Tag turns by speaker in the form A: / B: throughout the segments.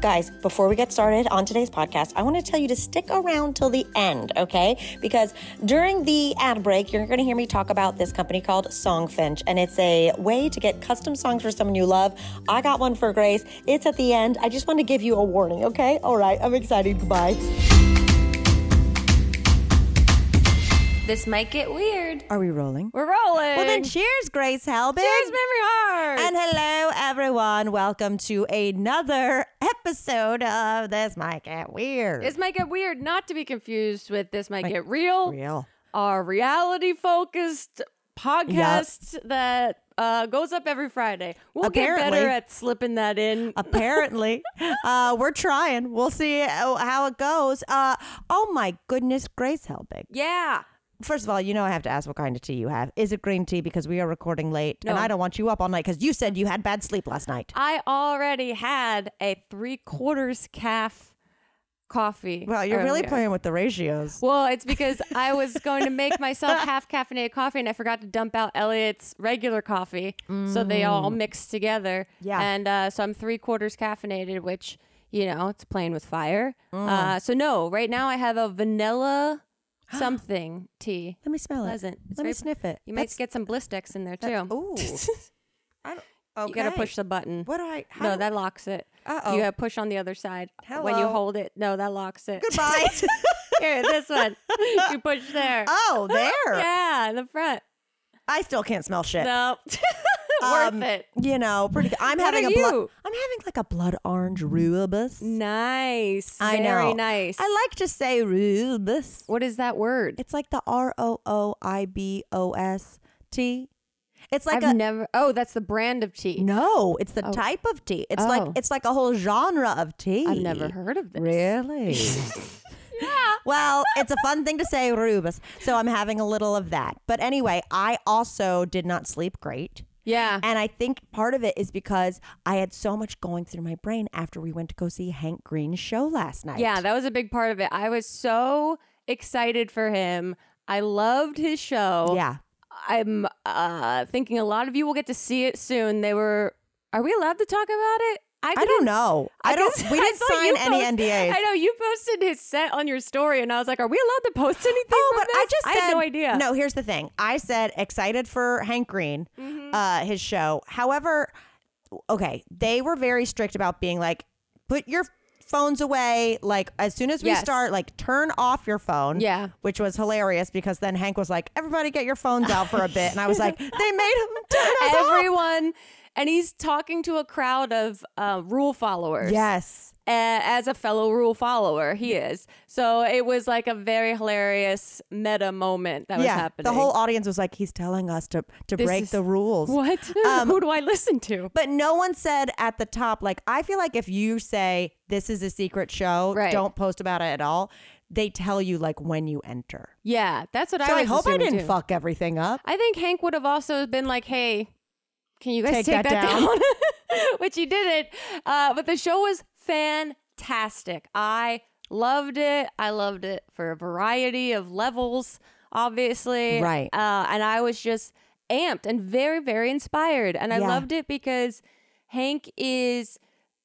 A: Guys, before we get started on today's podcast, I want to tell you to stick around till the end, okay? Because during the ad break, you're going to hear me talk about this company called Songfinch, and it's a way to get custom songs for someone you love. I got one for Grace. It's at the end. I just want to give you a warning, okay? All right, I'm excited. Goodbye.
B: This might get weird.
A: Are we rolling?
B: We're rolling.
A: Well, then cheers, Grace Helbig.
B: Cheers, memory heart.
A: And hello, everyone. Welcome to another episode of This Might Get Weird.
B: this might get weird, not to be confused with this might get real.
A: real.
B: Our reality focused podcast that uh, goes up every Friday. We'll get better
A: Apparently.
B: at slipping that in.
A: Apparently, uh, we're trying. We'll see how how it goes. Uh, oh my goodness, Grace Helbig.
B: yeah.
A: First of all, you know I have to ask what kind of tea you have. Is it green tea? Because we are recording late, and
B: No.
A: I don't want you up all night because you said you had bad sleep last night.
B: I already had a three quarters calf coffee.
A: Well, you're really
B: earlier.
A: playing with the ratios.
B: Well, it's because I was going to make myself half caffeinated coffee and I forgot to dump out Elliot's regular coffee. So they all mixed together.
A: Mm. Yeah.
B: And uh, so I'm three quarters caffeinated, which, you know, it's playing with fire.
A: Mm.
B: Uh, so, no, right now I have a vanilla something tea.
A: Let me smell it.
B: Pleasant. It's
A: Let me
B: very-
A: sniff it.
B: You might get some Blistex in there too.
A: Ooh. I don't, okay.
B: You got to push the button.
A: What do I? How
B: No,
A: do-
B: that locks it.
A: Uh-oh.
B: You got to push on the other side when you
A: Hello.
B: hold it. No, that locks it.
A: Goodbye.
B: Here, this one. you push there.
A: oh, there.
B: Yeah, in the front.
A: I still can't smell shit.
B: No,
A: Um,
B: worth it.
A: You know, pretty. I'm
B: What
A: having
B: are
A: a blood.
B: you?
A: I'm having like a blood orange rubus.
B: Nice.
A: I know.
B: Very nice.
A: I like to say rubus.
B: What is that word?
A: It's like the R O O I B O S T. It's like
B: I've
A: a
B: never. Oh, that's the brand of tea.
A: no. It's the type of tea. It's like
B: Oh.
A: it's like a whole genre of tea.
B: I've never heard of this.
A: Really? Well, it's a fun thing to say, rubus. So I'm having a little of that. But anyway, I also did not sleep great.
B: Yeah.
A: And I think part of it is because I had so much going through my brain after we went to go see Hank Green's show last night.
B: Yeah, that was a big part of it. I was so excited for him. I loved his show.
A: Yeah.
B: I'm uh, thinking a lot of you will get to see it soon. They were. Are we allowed to talk about it?
A: I don't know. I don't
B: guess-
A: we didn't
B: saw
A: sign
B: you
A: any
B: post-
A: NDAs.
B: I know you posted his set on your story, and I was like, "Are we allowed to post anything?"
A: Oh,
B: from
A: but I
B: this?
A: just
B: I
A: said,
B: had no idea.
A: No, here's the thing. I said excited for Hank Green,
B: Mm-hmm.
A: uh, his show. However, okay, they were very strict about being like, put your phones away. Like as soon as we
B: Yes.
A: start, like turn off your phone.
B: Yeah.
A: which was hilarious because then Hank was like, everybody get your phones out for a bit, and I was like, they made him turn us off.
B: everyone and he's talking to a crowd of uh, rule followers
A: Yes.
B: A- as a fellow rule follower he is so it was like a very hilarious meta moment that was
A: yeah,
B: happening
A: the whole audience was like, "He's telling us to to break
B: is-
A: the rules."
B: what
A: Um,
B: who do i listen to
A: But no one said at the top, like, I feel like if you say this is a secret show,
B: Right.
A: don't post about it at all, they tell you like when you enter.
B: yeah that's what
A: So
B: i
A: I,
B: was
A: hope I
B: assuming,
A: didn't
B: too.
A: fuck everything up.
B: i think hank would have also been like hey can you guys
A: Take
B: take,
A: that down."
B: which he didn't uh, but the show was fantastic i loved it i loved it for a variety of levels obviously
A: Right.
B: uh, and i was just amped and very very inspired and i
A: Yeah.
B: loved it because hank is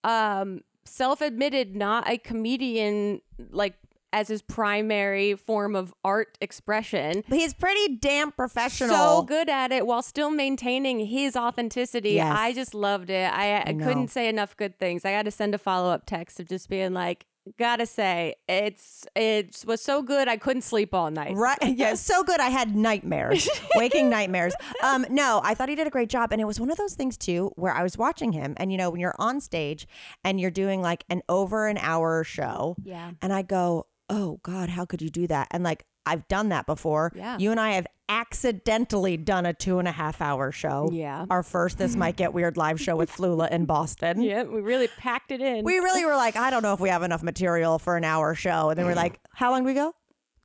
B: um, self-admitted not a comedian like as his primary form of art expression
A: But he's pretty damn professional.
B: so good at it while still maintaining his authenticity.
A: Yes.
B: I just loved it. I, I couldn't say enough good things. I got to send a follow up text of just being like, gotta say, it's it was so good. I couldn't sleep all night.
A: Right. Yeah. So good. I had nightmares, waking nightmares. Um, no, I thought he did a great job. And it was one of those things, too, where I was watching him. And, you know, when you're on stage and you're doing like an over an hour show.
B: Yeah.
A: And I go, oh, God, how could you do that? And like, I've done that before.
B: Yeah.
A: You and I have accidentally done a two and a half hour show.
B: Yeah.
A: Our first This Might Get Weird live show with Flula in Boston.
B: Yeah, we really packed it in.
A: We really were like, I don't know if we have enough material for an hour show. And then we're like, how long do we go?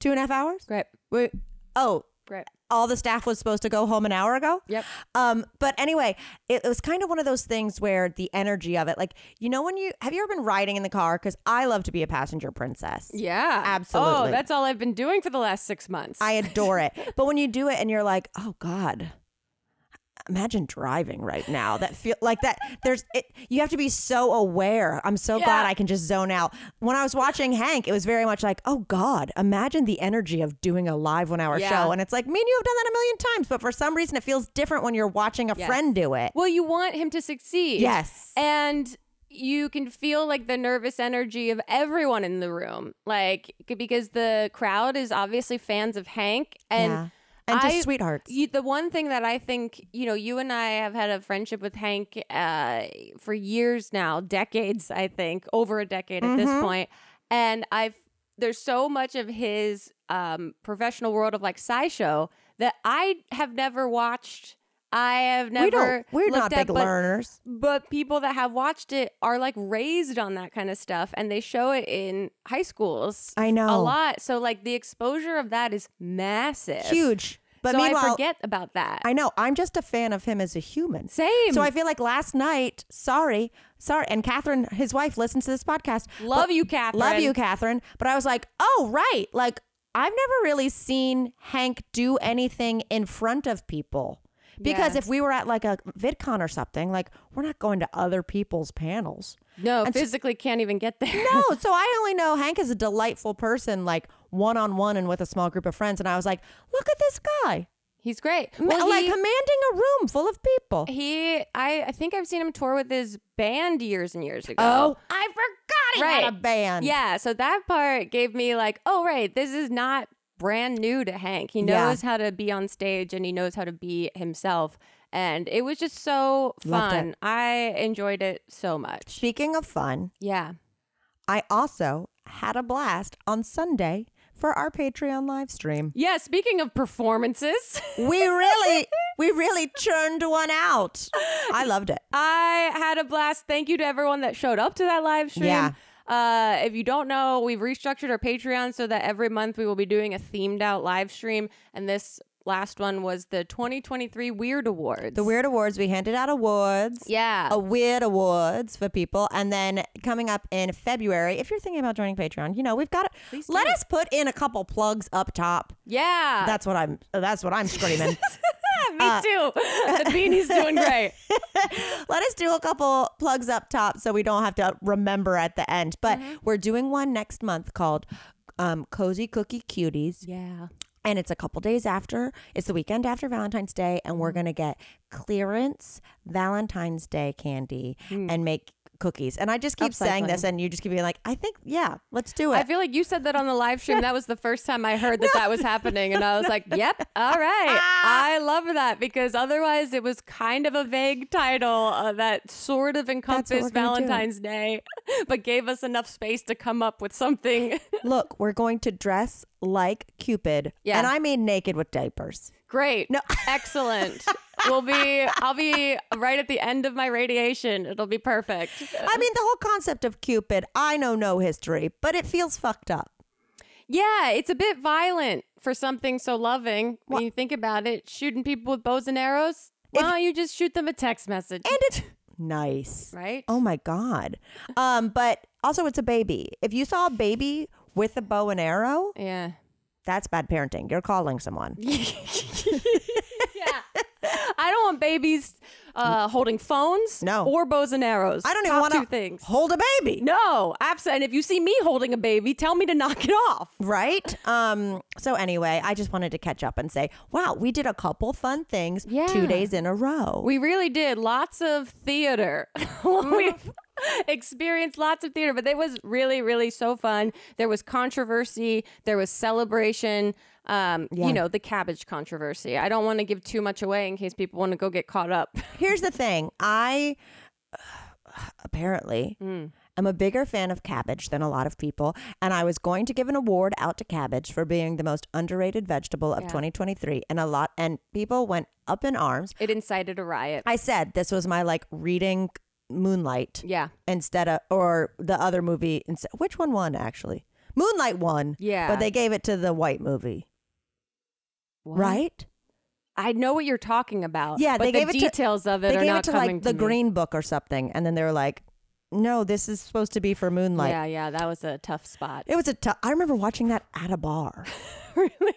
A: Two and a half hours?
B: great,
A: We, oh,
B: great.
A: all the staff was supposed to go home an hour ago.
B: Yep.
A: Um, but anyway, it, it was kind of one of those things where the energy of it, like you know, when you have you ever been riding in the car? Because I love to be a passenger princess.
B: Yeah,
A: Absolutely.
B: Oh, that's all I've been doing for the last six months.
A: I adore it. But when you do it and you're like, oh God, imagine driving right now. That feel like that. There's it, you have to be so aware. I'm so glad
B: Yeah.
A: I can just zone out. When I was watching Hank, it was very much like, oh God, imagine the energy of doing a live one hour
B: Yeah.
A: show. And it's like, me and you have done that a million times, but for some reason, it feels different when you're watching a
B: Yes.
A: friend do it.
B: Well, you want him to succeed.
A: Yes.
B: And you can feel like the nervous energy of everyone in the room. Like c- because the crowd is obviously fans of Hank and
A: yeah. and just
B: I-
A: sweethearts.
B: You, the one thing that I think, you know, you and I have had a friendship with Hank uh, for years now, decades, I think, over a decade at
A: Mm-hmm.
B: this point. And I've, there's so much of his um, professional world of like SciShow that I have never watched. I have never.
A: we don't. We're
B: looked
A: not
B: at,
A: big
B: but-
A: learners.
B: but people that have watched it are like raised on that kind of stuff and they show it in high schools
A: I know.
B: a lot so like the exposure of that is massive
A: Huge. But
B: so
A: meanwhile,
B: i forget about that
A: I know. I'm just a fan of him as a human.
B: same
A: So I feel like last night, sorry, sorry, and Catherine, his wife, listens to this podcast.
B: love
A: But-
B: you catherine
A: Love you, Catherine. But I was like, oh, right. Like, I've never really seen Hank do anything in front of people. Because
B: Yeah.
A: if we were at like a VidCon or something, like, we're not going to other people's panels.
B: no
A: And so-
B: physically can't even get there
A: No, so I only know Hank is a delightful person, like one on one and with a small group of friends. And I was like, look at this guy,
B: he's great
A: Ma-
B: well,
A: like um,
B: he,
A: commanding a room full of people.
B: he I, I think i've seen him tour with his band years and years ago
A: Oh, I forgot he had a
B: Right.
A: band.
B: Yeah, so that part gave me like, oh right, this is not brand new to Hank. He
A: Yeah.
B: knows how to be on stage and he knows how to be himself. And it was just so
A: Loved it.
B: fun. I enjoyed it so much.
A: Speaking of fun,
B: Yeah.
A: I also had a blast on Sunday for our Patreon live stream.
B: Yeah, speaking of performances,
A: We really, we really churned one out. I loved it.
B: I had a blast. Thank you to everyone that showed up to that live stream.
A: Yeah.
B: Uh, if you don't know, we've restructured our Patreon so that every month we will be doing a themed out live stream. And this last one was the 2023 Weird Awards.
A: The Weird Oh, Awards, we handed out awards.
B: Yeah.
A: A weird awards for people, and then coming up in February, if you're thinking about joining Patreon, you know we've got to let us put in a couple plugs up top.
B: Yeah.
A: That's what I'm. That's what I'm screaming.
B: Me too. The beanie's doing great.
A: Let us do a couple plugs up top so we don't have to remember at the end. But
B: Mm-hmm.
A: we're doing one next month called um, Cozy Cookie Cuties.
B: Yeah.
A: And it's a couple days after, it's the weekend after Valentine's Day. And
B: Mm-hmm.
A: we're going to get clearance Valentine's Day candy
B: Mm.
A: and make cookies. And I just keep saying this, and you just keep being like, I think, yeah, let's do it.
B: I feel like you said that on the live stream. That was the first time I heard that that was happening. And I was like, yep, all right.
A: Ah.
B: I love that because otherwise it was kind of a vague title uh, that sort of
A: we're
B: encompassed
A: gonna do.
B: Valentine's Day, but gave us enough space to come up with something
A: Look, we're going to dress like Cupid.
B: Yeah.
A: And I mean naked with diapers.
B: great. No. Excellent. We'll be, I'll be right at the end of my radiation. It'll be perfect.
A: I mean, the whole concept of Cupid, I know no history, but it feels fucked up.
B: Yeah, it's a bit violent for something so loving when you think about it. Shooting people with bows and arrows. Why don't you just shoot them a text message?
A: And it's nice.
B: right?
A: Oh my god. Um, but also it's a baby. If you saw a baby with a bow and arrow,
B: Yeah.
A: that's bad parenting. You're calling someone.
B: Yeah. I don't want babies uh, holding phones
A: No.
B: or bows and arrows.
A: I don't even
B: Top
A: want
B: two things.
A: hold a baby.
B: No, absolutely. And if you see me holding a baby, tell me to knock it off.
A: Right? Um, so anyway, I just wanted to catch up and say, wow, we did a couple fun things
B: Yeah.
A: two days in a row.
B: We really did lots of theater. We've experienced lots of theater, but it was really, really so fun. There was controversy, there was celebration. Um,
A: Yeah.
B: You know, the cabbage controversy. I don't want to give too much away in case people want to go get caught up.
A: Here's the thing. I apparently
B: Mm.
A: am a bigger fan of cabbage than a lot of people, and I was going to give an award out to cabbage for being the most underrated vegetable of 2023, and a lot and people went up in arms.
B: It incited a riot.
A: I said this was my like reading Moonlight
B: Yeah.
A: instead of or the other movie instead. Which one won actually? Moonlight won.
B: Yeah.
A: but they gave it to the white movie,
B: What?
A: right?
B: I know what you're talking about.
A: Yeah,
B: but
A: they gave it
B: the
A: to-
B: details of it
A: they
B: are
A: gave
B: not
A: it to
B: coming
A: like
B: to
A: the
B: me.
A: Green Book or something, and then they were like, "No, this is supposed to be for Moonlight."
B: Yeah, yeah, that was a tough spot.
A: It was a. T- I remember watching that at a bar. really?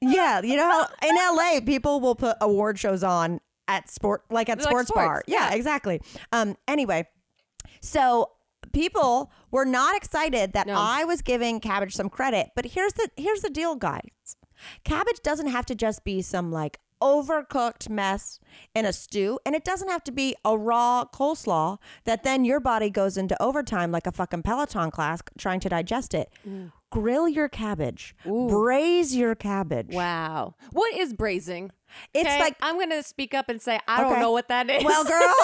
A: Yeah, you know how in LA people will put award shows on at sport like at
B: Like
A: sports, bar.
B: sports,
A: Yeah, exactly. Um anyway, so people were not excited that
B: No.
A: I was giving Cabbage some credit, but here's the here's the deal, guys. Cabbage doesn't have to just be some like overcooked mess in a stew, and it doesn't have to be a raw coleslaw that then your body goes into overtime like a fucking Peloton class trying to digest it.
B: Mm.
A: Grill your cabbage, braise your cabbage.
B: Wow. What is braising?
A: It's
B: Okay,
A: like-
B: I'm gonna speak up and say I
A: Okay.
B: don't know what that is.
A: Well, girl,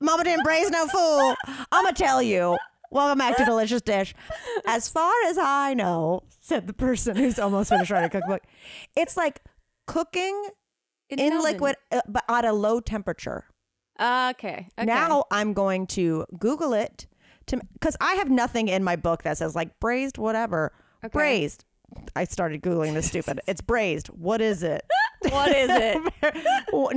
A: mama didn't braise no fool. I'ma tell you. Welcome back to Delicious Dish. As far as I know, said the person who's almost finished writing a cookbook, it's like cooking
B: In an
A: in
B: oven.
A: liquid, uh, but at a low temperature.
B: Okay. okay.
A: Now I'm going to Google it to because I have nothing in my book that says like braised whatever. Braised. I started googling this stupid. it's braised. What is it?
B: what is it?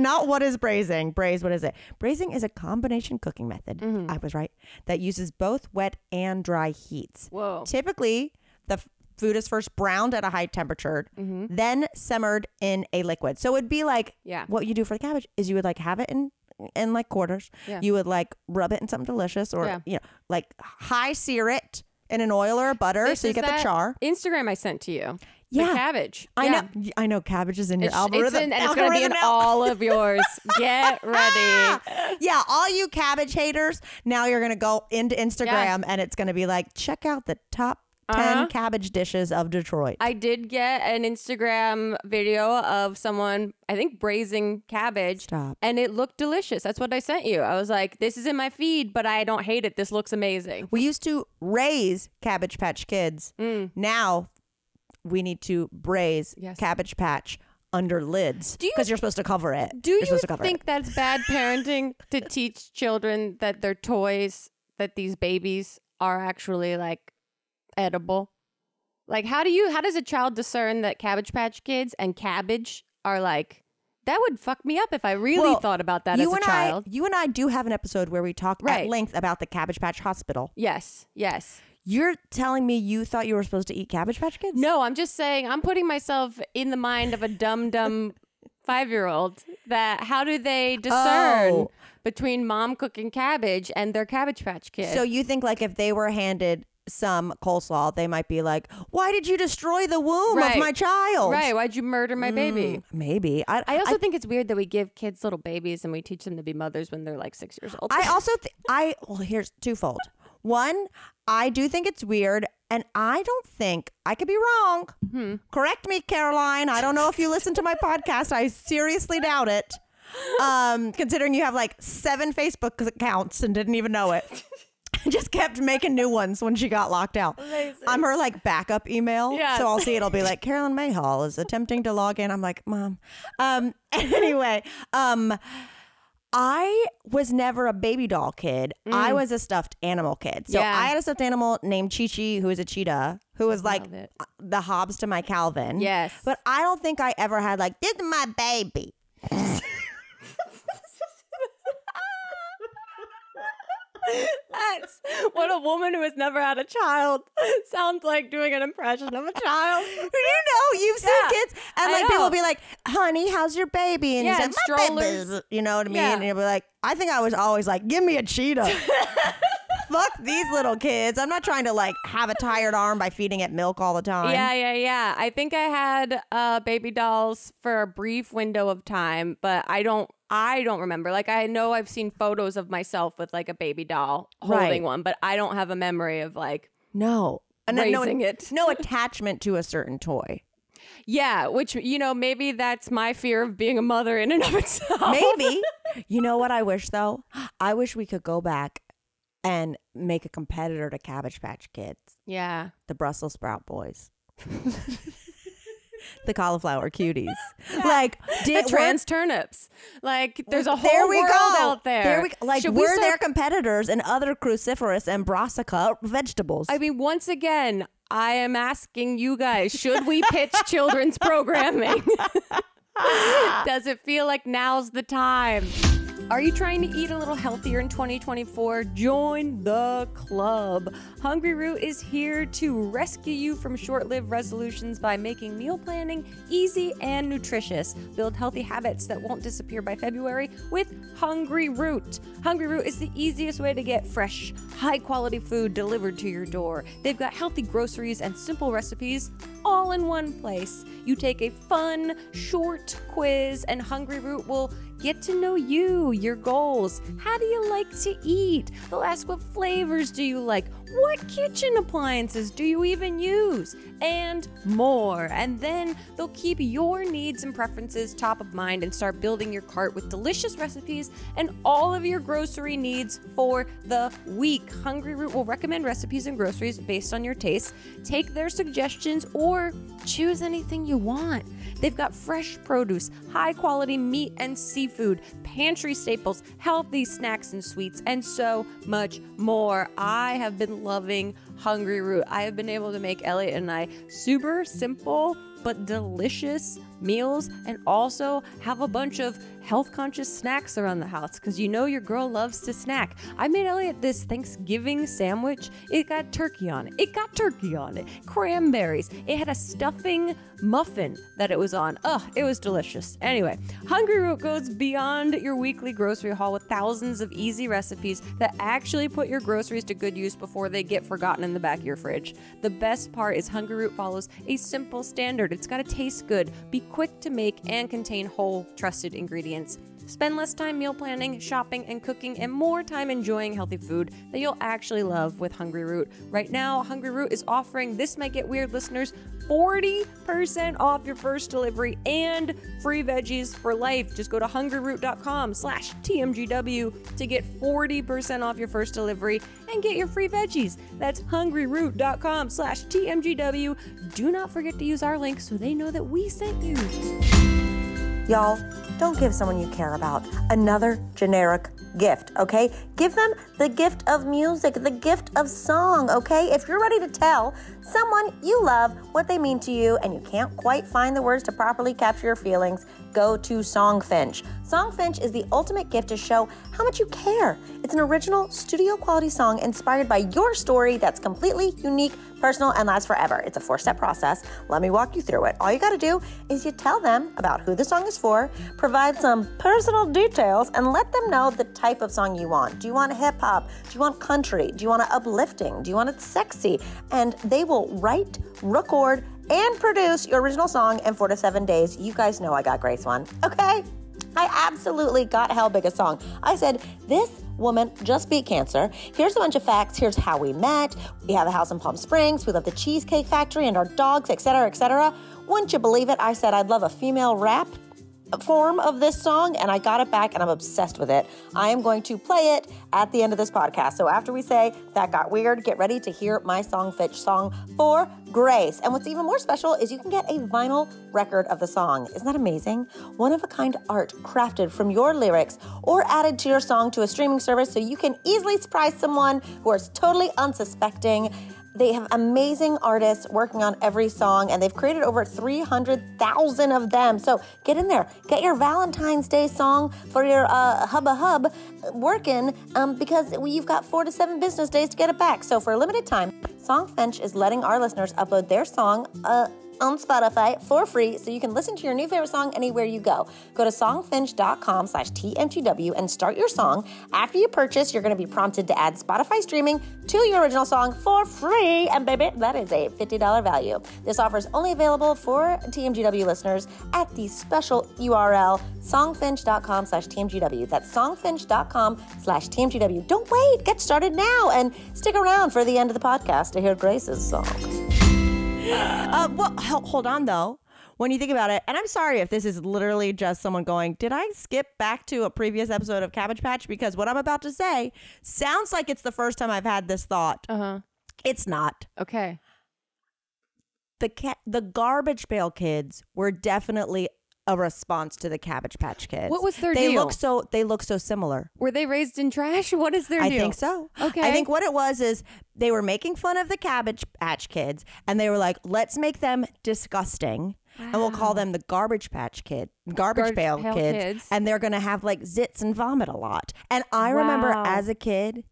A: Not what is braising. Braised. What is it? Braising is a combination cooking method.
B: Mm-hmm.
A: I was right. That uses both wet and dry heats.
B: Whoa.
A: Typically, the f- food is first browned at a high temperature, then simmered in a liquid. So it'd be like
B: Mm-hmm. Yeah.
A: what you do for the cabbage is you would like have it in in like quarters.
B: Yeah.
A: You would like rub it in something delicious or
B: Yeah.
A: you know, like high sear it in an oil or a butter
B: This
A: so you
B: is
A: get
B: that
A: the char.
B: Instagram I sent to you.
A: Yeah.
B: The cabbage.
A: I
B: Yeah.
A: know I know cabbage is in your
B: It's,
A: algorithm.
B: it's in, and it's going to be in
A: Algorithm now.
B: all of yours. Get ready.
A: yeah, all you cabbage haters, now you're going to go into Instagram and it's going to be like, check out the top 10 cabbage dishes of Detroit.
B: Uh-huh. I did get an Instagram video of someone, I think, braising cabbage.
A: Stop.
B: And it looked delicious. That's what I sent you. I was like, this is in my feed, but I don't hate it. This looks amazing.
A: we used to raise Cabbage Patch kids. Now we need to braise
B: Mm. Yes.
A: Cabbage Patch under lids
B: you-
A: because you, are supposed to cover it.
B: Do
A: you're
B: you
A: supposed to cover
B: think
A: it.
B: that's bad parenting to teach children that their toys, that these babies are actually like edible? Like, how do you, how does a child discern that Cabbage Patch kids and cabbage are like, that would fuck me up if I really
A: Well,
B: thought about that
A: you
B: as a
A: and
B: child.
A: I, you and I do have an episode where we talk at
B: Right.
A: length about the Cabbage Patch Hospital.
B: yes, yes.
A: You're telling me you thought you were supposed to eat Cabbage Patch Kids?
B: No, I'm just saying I'm putting myself in the mind of a dumb dumb five year old that how do they discern
A: Oh.
B: between mom cooking cabbage and their cabbage patch kid?
A: So you think like if they were handed some coleslaw, they might be like, "Why did you destroy the womb of
B: Right.
A: my child?"
B: right, why'd you murder my baby?
A: Maybe. I
B: Mm. I
A: I,
B: also think it's weird that we give kids little babies and we teach them to be mothers when they're like six years old.
A: I also th- I well here's twofold. One, I do think it's weird, and I don't think I could be wrong. Correct me, Caroline. I don't know if you listen to my podcast. I seriously doubt it. Um, considering you have like seven Facebook accounts and didn't even know it. Just kept making new ones when she got locked out. I'm her like backup email.
B: Yes.
A: So I'll see it'll be like Carolyn Mayhall is attempting to log in. I'm like, Mom. Um anyway, um I was never a baby doll kid. I was a stuffed animal kid. So
B: Mm. Yeah.
A: I had a stuffed animal named Chi Chi, who is a cheetah, who was like uh,
B: Love it.
A: the Hobbs to my Calvin.
B: Yes.
A: But I don't think I ever had like, this is my baby.
B: That's what a woman who has never had a child sounds like doing an impression of a child.
A: You know, you've seen
B: Yeah,
A: kids, and
B: I
A: like people
B: know.
A: will be like, "Honey, how's your baby?" And
B: Yeah,
A: he's
B: and
A: like, "My baby,"
B: strollers.
A: you know what I mean?
B: Yeah.
A: And you'll be like, "I think I was always like, give me a cheetah." Fuck these little kids. I'm not trying to like have a tired arm by feeding it milk all the time.
B: Yeah, yeah, yeah. I think I had uh, baby dolls for a brief window of time, but I don't. I don't remember. Like I know I've seen photos of myself with like a baby doll holding
A: Right.
B: one, but I don't have a memory of like
A: No. And then
B: Raising
A: no,
B: it.
A: no attachment to a certain toy.
B: yeah. Which you know maybe that's my fear of being a mother in and of itself.
A: Maybe. you know what I wish though? I wish we could go back and make a competitor to Cabbage Patch Kids,
B: Yeah.
A: the Brussels sprout boys. the cauliflower cuties. Like
B: The
A: did
B: trans turnips. Like there's a whole
A: there we
B: world
A: go.
B: out there.
A: There we, like
B: Should we
A: we're
B: start
A: their competitors and other cruciferous and brassica vegetables.
B: I mean, once again, I am asking you guys should we pitch children's programming? Does it feel like now's the time? Are you trying to eat a little healthier in 2024? Join the club. Hungry Root is here to rescue you from short lived resolutions by making meal planning easy and nutritious. Build healthy habits that won't disappear by February with Hungry Root. Hungry Root is the easiest way to get fresh, high quality food delivered to your door. They've got healthy groceries and simple recipes all in one place. You take a fun, short quiz, and Hungry Root will Get to know you, your goals. How do you like to eat? They'll ask what flavors do you like? What kitchen appliances do you even use? And more. And then they'll keep your needs and preferences top of mind and start building your cart with delicious recipes and all of your grocery needs for the week. Hungry Root will recommend recipes and groceries based on your tastes. Take their suggestions or choose anything you want. They've got fresh produce, high quality meat and seafood, pantry staples, healthy snacks and sweets, and so much more. I have been loving Hungry Root. I have been able to make Elliot and I super simple but delicious meals and also have a bunch of health conscious snacks around the house because you know your girl loves to snack. I made Elliot this Thanksgiving sandwich. It got turkey on it, it got turkey on it, cranberries, it had a stuffing muffin that it was on. Ugh, it was delicious. Anyway, Hungry Root goes beyond your weekly grocery haul with thousands of easy recipes that actually put your groceries to good use before they get forgotten in the back of your fridge. The best part is Hungry Root follows a simple standard it's got to taste good, be quick to make, and contain whole, trusted ingredients. Spend less time meal planning, shopping, and cooking, and more time enjoying healthy food that you'll actually love with Hungry Root. Right now, Hungry Root is offering This Might Get Weird listeners 40% off your first delivery and free veggies for life. Just go to hungryroot.com slash TMGW to get 40% off your first delivery and get your free veggies. That's hungryroot.com slash TMGW. Do not forget to use our link so they know that we sent you.
A: Y'all, don't give someone you care about another generic gift, okay? Give them the gift of music, the gift of song, okay? If you're ready to tell someone you love what they mean to you and you can't quite find the words to properly capture your feelings, go to Songfinch. Songfinch is the ultimate gift to show how much you care. It's an original studio quality song inspired by your story that's completely unique, personal, and lasts forever. It's a four step process. Let me walk you through it. All you gotta do is you tell them about who the song is for, provide some personal details, and let them know the type of song you want. Do you want hip hop? Do you want country? Do you want it uplifting? Do you want it sexy? And they will write, record, and produce your original song in four to seven days. You guys know I got Grace one, okay? I absolutely got hell big a song. I said, This woman just beat cancer. Here's a bunch of facts. Here's how we met. We have a house in Palm Springs. We love the Cheesecake Factory and our dogs, etc., etc. Wouldn't you believe it? I said, I'd love a female rap form of this song and I got it back and I'm obsessed with it. I am going to play it at the end of this podcast. So after we say that got weird, get ready to hear my song fetch song for Grace. And what's even more special is you can get a vinyl record of the song. Isn't that amazing? One of a kind art crafted from your lyrics or added to your song to a streaming service so you can easily surprise someone who is totally unsuspecting. They have amazing artists working on every song, and they've created over 300,000 of them. So get in there, get your Valentine's Day song for your uh, Hubba Hub working um, because you've got four to seven business days to get it back. So for a limited time, Songfinch is letting our listeners upload their song. Uh, on Spotify for free so you can listen to your new favorite song anywhere you go. Go to songfinch.com slash TMTW and start your song. After you purchase, you're going to be prompted to add Spotify streaming to your original song for free. And baby, that is a $50 value. This offer is only available for TMGW listeners at the special URL songfinch.com slash TMGW. That's songfinch.com slash TMGW. Don't wait. Get started now and stick around for the end of the podcast to hear Grace's song.
C: Uh, well, ho- hold on though. When you think about it, and I'm sorry if this is literally just someone going, "Did I skip back to a previous episode of Cabbage Patch?" Because what I'm about to say sounds like it's the first time I've had this thought.
B: Uh huh.
C: It's not.
B: Okay.
C: The ca- the Garbage Pail Kids were definitely a response to the Cabbage Patch Kids.
B: What was their
C: they
B: deal?
C: look so they look so similar.
B: Were they raised in trash? What is their
C: I
B: deal?
C: think so.
B: Okay.
C: I think what it was is they were making fun of the Cabbage Patch Kids, and they were like, "Let's make them disgusting." and we'll call them the garbage patch kid, garbage
B: Garbage
C: pail,
B: pail
C: kids,
B: kids.
C: and they're gonna have like zits and vomit a lot. And I remember
B: Wow.
C: as a kid,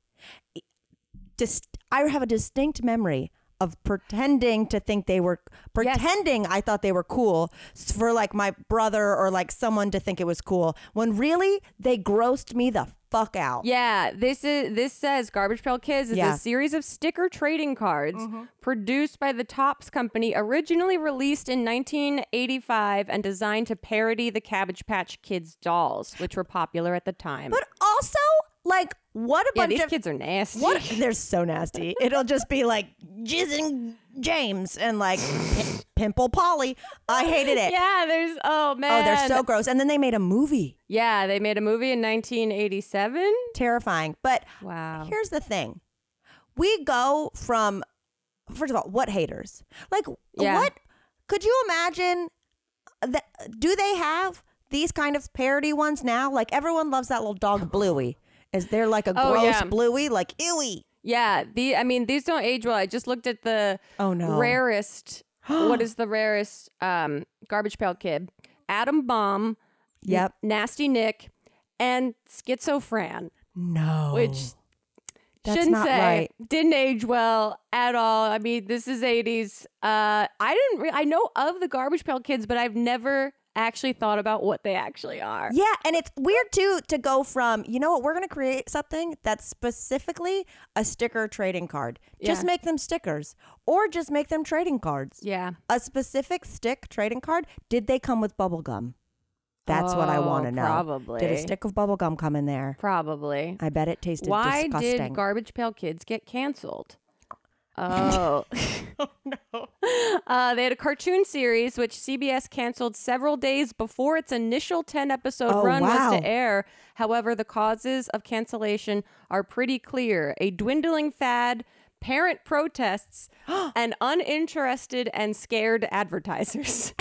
C: just I have a distinct memory of pretending to think they were pretending I thought they were cool s- for like my brother or like someone to think it was cool when really they grossed me the fuck out.
B: Yeah, this is this says Garbage Pail Kids is
C: Yeah. Mm-hmm.
B: a series of sticker trading cards produced by the Topps Company, originally released in 1985 and designed to parody the Cabbage Patch Kids dolls, which were popular at the time.
C: But also like what a
B: yeah,
C: bunch
B: these
C: of
B: kids are nasty.
C: What? They're so nasty. It'll just be like Jizz and James and like P- Pimple Polly. I hated it.
B: Yeah, there's oh man.
C: Oh, they're so gross. And then they made a movie.
B: Yeah, they made a movie in 1987.
C: Terrifying. But
B: Wow.
C: here's the thing we go from, first of all, what haters? Like,
B: Yeah.
C: what could you imagine? That, do they have these kind of parody ones now? Like, everyone loves that little dog, Bluey. Is there like a
B: Oh,
C: gross
B: yeah.
C: Bluey? Like, ewy.
B: Yeah, the I mean these don't age well. I just looked at the
C: Oh, no.
B: rarest. what is the rarest um, garbage pail kid? Adam Bomb,
C: Yep.
B: Nasty Nick, and Schizofran,
C: No.
B: which
C: Oh, That's
B: shouldn't
C: not
B: say
C: right.
B: didn't age well at all. I mean, this is eighties. Uh, I didn't. Re- I know of the garbage pail kids, but I've never actually thought about what they actually are.
C: Yeah, and it's weird too to go from, you know what, we're going to create something that's specifically a sticker trading card. Just
B: Yeah.
C: make them stickers or just make them trading cards.
B: Yeah.
C: A specific stick trading card, did they come with bubble gum? That's what I
B: Oh,
C: want to know. Did
B: probably.
C: a stick of bubble gum come in there?
B: Probably.
C: I bet it tasted
B: Why
C: disgusting.
B: did Garbage Pail Kids get canceled? Oh. no. Uh, they had a cartoon series which CBS canceled several days before its initial 10 episode
C: Oh,
B: run was
C: wow.
B: to air. However, the causes of cancellation are pretty clear a dwindling fad, parent protests, and uninterested and scared advertisers.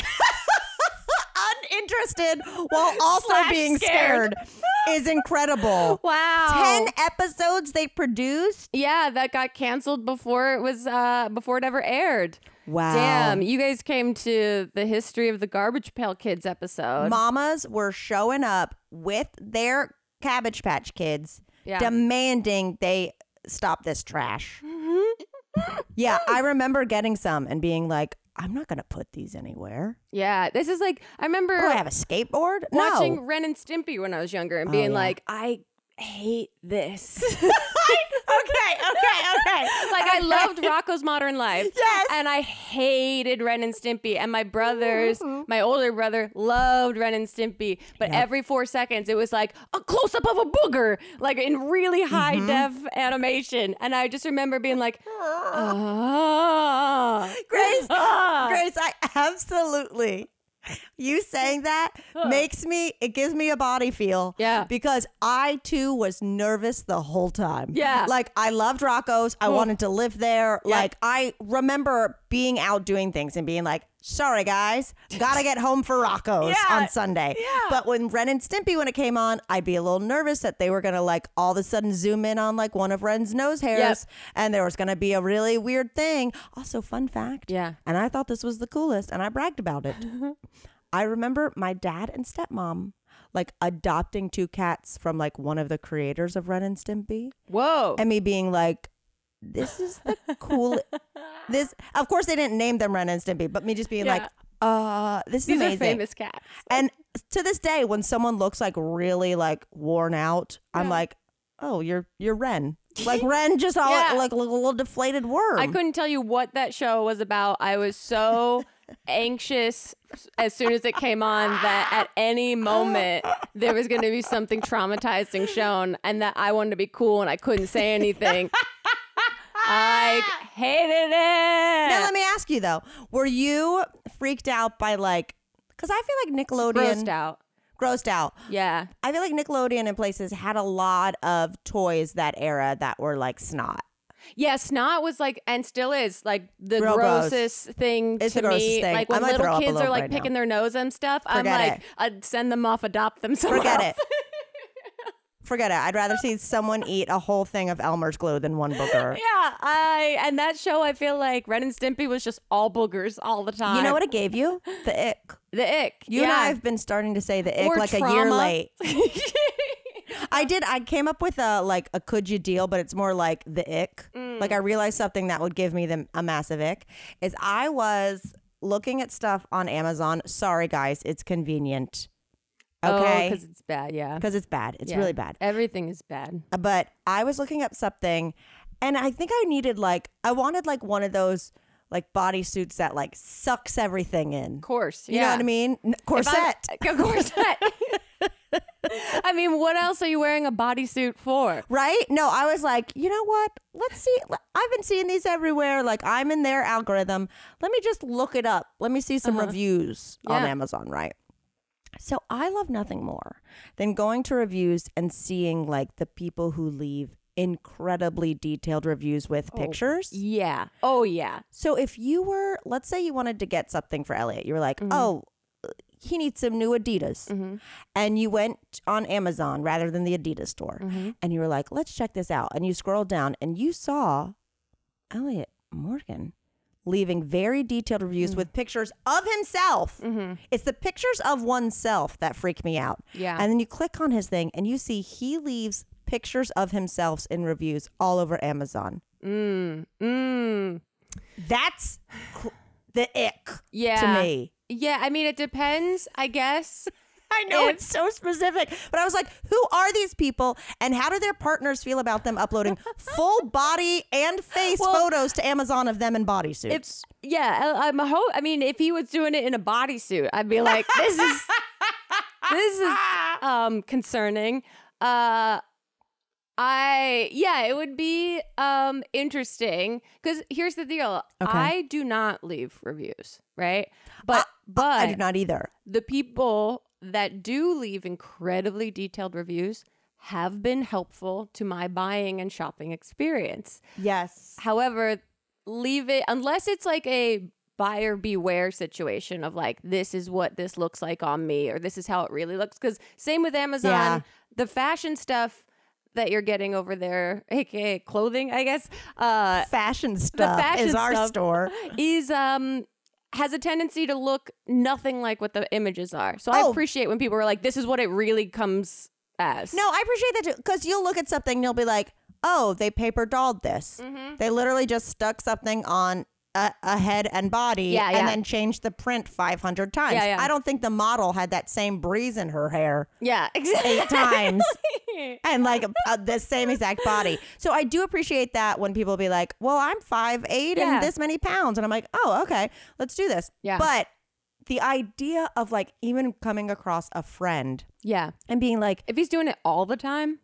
C: Uninterested while also
B: Slash
C: being
B: scared.
C: scared, is incredible.
B: wow.
C: 10 episodes they produced?
B: Yeah, that got canceled before it was uh before it ever aired.
C: Wow.
B: Damn, you guys came to the history of the Garbage Pail Kids episode.
C: mamas were showing up with their cabbage patch kids
B: Yeah.
C: demanding they stop this trash
B: Mm-hmm.
C: yeah i remember getting some and being like i'm not gonna put these anywhere
B: yeah, this is like I remember
C: do i have a skateboard
B: watching
C: no
B: Ren and Stimpy when I was younger and being
C: Oh, yeah.
B: like, I hate this.
C: okay okay okay
B: like I loved Rocco's Modern Life.
C: Yes.
B: And I hated Ren and Stimpy. And my brothers, my older brother, loved Ren and Stimpy. But every four seconds, it was like a close up of a booger, like in really high def animation. And I just remember being like, ah,
C: Grace,
B: ah."
C: Grace, I absolutely. You saying that makes me, it gives me a body feel.
B: Yeah.
C: Because I too was nervous the whole time.
B: Yeah.
C: Like I loved Rocco's. I wanted to live there. Like I remember being out doing things and being like, sorry guys, gotta get home for Rocco's
B: Yeah.
C: on Sunday. But when Ren and Stimpy, when it came on, I'd be a little nervous that they were gonna like all of a sudden zoom in on like one of Ren's nose hairs and there was gonna be a really weird thing. Also, fun fact.
B: Yeah.
C: And I thought this was the coolest and I bragged about it. I remember my dad and stepmom like adopting two cats from like one of the creators of Ren and Stimpy
B: Whoa.
C: and me being like, this is the cool. this, of course, they didn't name them Ren and Stimpy, but me just being
B: Yeah.
C: like, uh, this is
B: These
C: amazing.
B: are famous cats.
C: And to this day, when someone looks like really like worn out, I'm like, oh, you're you're Ren. Like Ren, just all
B: Yeah.
C: like, like a little deflated worm.
B: I couldn't tell you what that show was about. I was so anxious as soon as it came on that at any moment there was going to be something traumatizing shown and that I wanted to be cool and I couldn't say anything. I hated
C: Now
B: it.
C: let me ask you though, were you freaked out by like? Because I feel like Nickelodeon
B: Grossed out.
C: Grossed out.
B: Yeah.
C: I feel like Nickelodeon in places had a lot of toys that era that were like snot.
B: Yeah, snot was like, and still is like the
C: Real gross.
B: grossest thing
C: It's
B: to
C: the grossest
B: me.
C: thing.
B: Like
C: I
B: when
C: might throw
B: little
C: up a
B: kids are
C: little
B: like
C: right now.
B: picking their nose and stuff,
C: Forget
B: I'm like, I'd send them off, adopt them somewhere.
C: Forget
B: else.
C: it. Forget it. I'd rather see someone eat a whole thing of Elmer's glue than one booger.
B: Yeah, I and that show I feel like Ren and Stimpy was just all boogers all the time.
C: You know what it gave you? The ick.
B: The ick.
C: You
B: yeah.
C: and I have been starting to say the ick
B: Or
C: like a year
B: trauma.
C: late. I did. I came up with a like a could you deal, but it's more like the ick. Like I realized something that would give me the, a massive ick is I was looking at stuff on Amazon. Sorry guys, it's convenient. Okay,
B: because Oh, it's bad. Yeah,
C: because it's bad. It's
B: Yeah.
C: really bad.
B: Everything is bad.
C: But I was looking up something, and I think I needed like I wanted like one of those like bodysuits that like sucks everything in.
B: Of course.
C: You
B: yeah.
C: know what I mean? N- Corset.
B: Of course not. I mean, what else are you wearing a bodysuit for?
C: Right? No, I was like, you know what? Let's see. l- I've been seeing these everywhere. Like, I'm in their algorithm. Let me just look it up. Let me see some reviews on
B: Yeah.
C: Amazon, right? So, I love nothing more than going to reviews and seeing like the people who leave incredibly detailed reviews with pictures.
B: Yeah. Oh yeah.
C: So, if you were, let's say you wanted to get something for Elliot, you were like, oh, he needs some new Adidas. And you went on Amazon rather than the Adidas store. And you were like, let's check this out. And you scrolled down and you saw Elliot Morgan leaving very detailed reviews with pictures of himself. It's the pictures of oneself that freak me out.
B: Yeah.
C: And then you click on his thing and you see he leaves pictures of himself in reviews all over Amazon.
B: Mm. Mm.
C: That's cr- the ick
B: Yeah.
C: to me.
B: Yeah. I mean, it depends. I guess.
C: I know it's so specific, but I was like, who are these people and how do their partners feel about them uploading full body and face photos to Amazon of them in bodysuits?
B: It's yeah. I, I'm a ho- I mean, if he was doing it in a bodysuit, I'd be like, this is this is um concerning. Uh, I yeah, it would be um interesting because here's the deal. I do not leave reviews, right? But but
C: Uh, I do not either.
B: the people that do leave incredibly detailed reviews have been helpful to my buying and shopping experience.
C: Yes.
B: However, leave it unless it's like a buyer beware situation of like this is what this looks like on me or this is how it really looks cuz same with Amazon,
C: Yeah.
B: the fashion stuff that you're getting over there, aka clothing, I guess, uh
C: Fashion stuff
B: fashion
C: is our
B: stuff.
C: store.
B: is um has a tendency to look nothing like what the images are. So I
C: Oh.
B: appreciate when people are like, this is what it really comes as.
C: No, I appreciate that too. Because you'll look at something and you'll be like, oh, they paper dolled this.
B: Mm-hmm.
C: They literally just stuck something on a, a head and body
B: Yeah,
C: and
B: yeah.
C: then changed the print 500 times.
B: Yeah, yeah.
C: I don't think the model had that same breeze in her hair
B: Yeah, exactly.
C: eight times and like uh, the same exact body. So I do appreciate that when people be like, well, I'm five eight
B: Yeah.
C: and this many pounds. And I'm like, oh, okay, let's do this.
B: Yeah.
C: But the idea of like even coming across a friend
B: Yeah.
C: and being like,
B: If he's doing it all the time,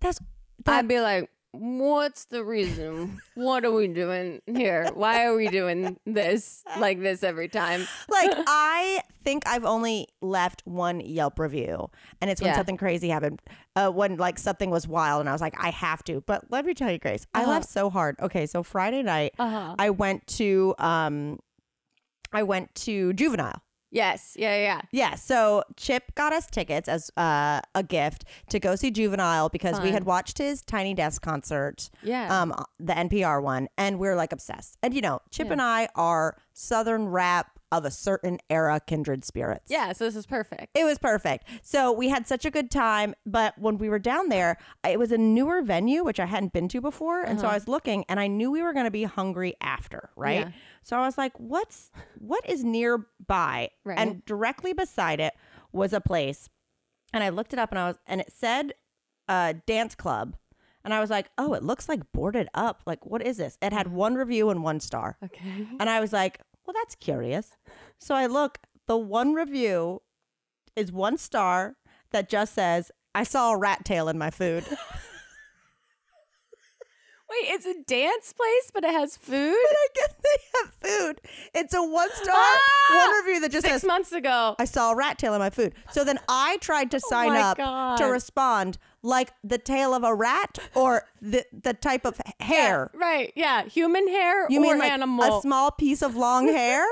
C: that's
B: I'd be like, what's the reason? what are we doing here? Why are we doing this like this every time?
C: like I think I've only left one Yelp review, and it's when
B: Yeah.
C: something crazy happened. Uh, when like something was wild, and I was like, I have to. But let me tell you, Grace, I laughed so hard. Okay, so Friday night,
B: Uh-huh.
C: I went to um, I went to juvenile.
B: Yes. Yeah, yeah.
C: Yeah, so Chip got us tickets as uh, a gift to go see Juvenile because we had watched his Tiny Desk concert,
B: Yeah.
C: um, the NPR one, and we are like obsessed. And you know, Chip and I are Southern rap of a certain era kindred spirits.
B: Yeah, so this is perfect.
C: It was perfect. So we had such a good time. But when we were down there, it was a newer venue, which I hadn't been to before. And so I was looking and I knew we were going to be hungry after, right?
B: Uh-huh. Yeah.
C: So I was like, what's, what is nearby?
B: Right.
C: And directly beside it was a place. And I looked it up and I was, and it said uh, dance club. And I was like, oh, it looks like boarded up. Like, what is this? It had one review and one star.
B: Okay.
C: And I was like, well, that's curious. So I look, the one review is one star that just says, I saw a rat tail in my food. And
B: Wait, it's a dance place, but it has food?
C: I guess they have food. It's a one star,
B: Ah!
C: one review that just
B: Six
C: says,
B: months ago.
C: I saw a rat tail in my food. So then I tried to sign
B: Oh my
C: up
B: God.
C: to respond like the tail of a rat or the, the type of hair.
B: Right. Yeah. Human hair
C: You
B: or
C: mean like
B: animal.
C: a small piece of long hair?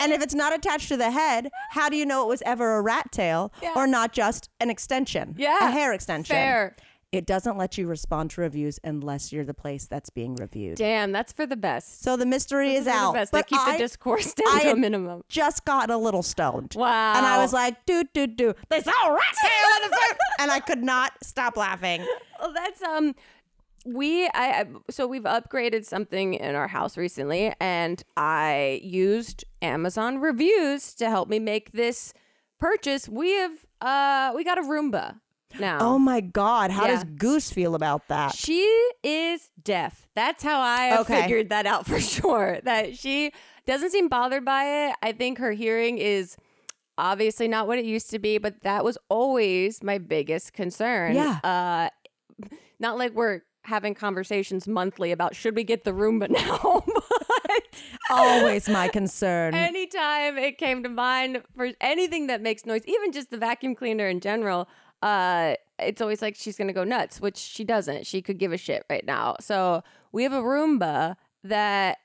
C: And if it's not attached to the head, how do you know it was ever a rat tail
B: Yeah.
C: or not just an extension?
B: Yeah.
C: A hair extension.
B: Fair.
C: It doesn't let you respond to reviews unless you're the place that's being reviewed.
B: Damn, that's for the best.
C: So the mystery is
B: For the
C: out.
B: best.
C: But
B: they keep
C: I
B: the discourse down
C: I
B: to a
C: had-
B: minimum.
C: just got a little stoned.
B: Wow.
C: And I was like, doo doo doo. They saw a rat tail on the phone. and I could not stop laughing.
B: Well, that's um, we I I- so we've upgraded something in our house recently, and I used Amazon reviews to help me make this purchase. We have uh, we got a Roomba now.
C: Oh my God. How does
B: Yeah.
C: Goose feel about that?
B: She is deaf. That's how I
C: Okay.
B: figured that out for sure. That she doesn't seem bothered by it. I think her hearing is obviously not what it used to be, but that was always my biggest concern.
C: Yeah.
B: Uh, not like we're having conversations monthly about should we get the Roomba now, but
C: Always my concern.
B: anytime it came to mind for anything that makes noise, even just the vacuum cleaner in general, uh, it's always like she's gonna go nuts, which she doesn't. She could give a shit right now. So we have a Roomba that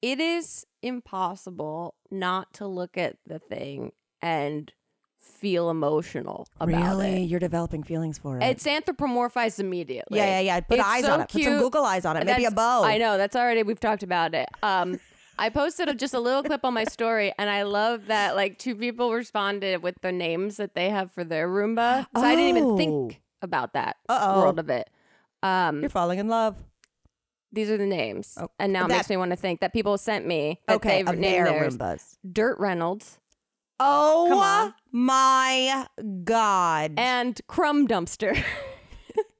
B: it is impossible not to look at the thing and feel emotional about
C: really?
B: it.
C: You're developing feelings for it.
B: It's anthropomorphized immediately.
C: yeah, yeah, yeah. Put
B: It's
C: eyes
B: so
C: on it. Put some
B: cute.
C: Google eyes on it. Maybe a
B: That's-
C: bow.
B: I know that's already we've talked about it. Um, I posted a- just a little clip on my story, and I love that like two people responded with the names that they have for their Roomba. So I didn't even think about that
C: Oh. Uh-oh.
B: world of it. Um,
C: You're falling in love.
B: these are the names,
C: Oh,
B: and now it
C: that-
B: makes me want to think that people sent me that
C: okay,
B: they've
C: of
B: named
C: their
B: theirs.
C: Roombas.
B: Dirt Reynolds Come
C: Oh
B: on.
C: my God.
B: and Crumb Dumpster.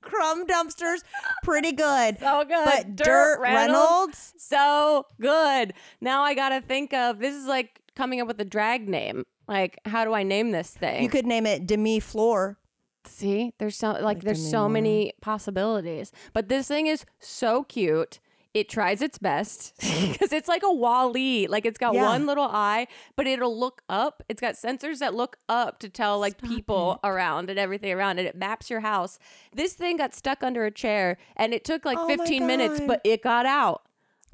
C: Crumb dumpsters, pretty Oh, good.
B: so good,
C: but Dirt Reynolds,
B: so good. Now I gotta think of this is like coming up with a drag name. Like, how do I name this thing?
C: you could name it Demi Floor.
B: See, there's so like, there's
C: many
B: so
C: more.
B: many possibilities. But this thing is so cute. It tries its best because it's like a Wally. Like it's got
C: Yeah.
B: one little eye, but it'll look up. It's got sensors that look up to tell like people around and everything around, and it maps your house. This thing got stuck under a chair, and it took like
C: Oh my
B: 15 minutes,
C: God.
B: but it got out.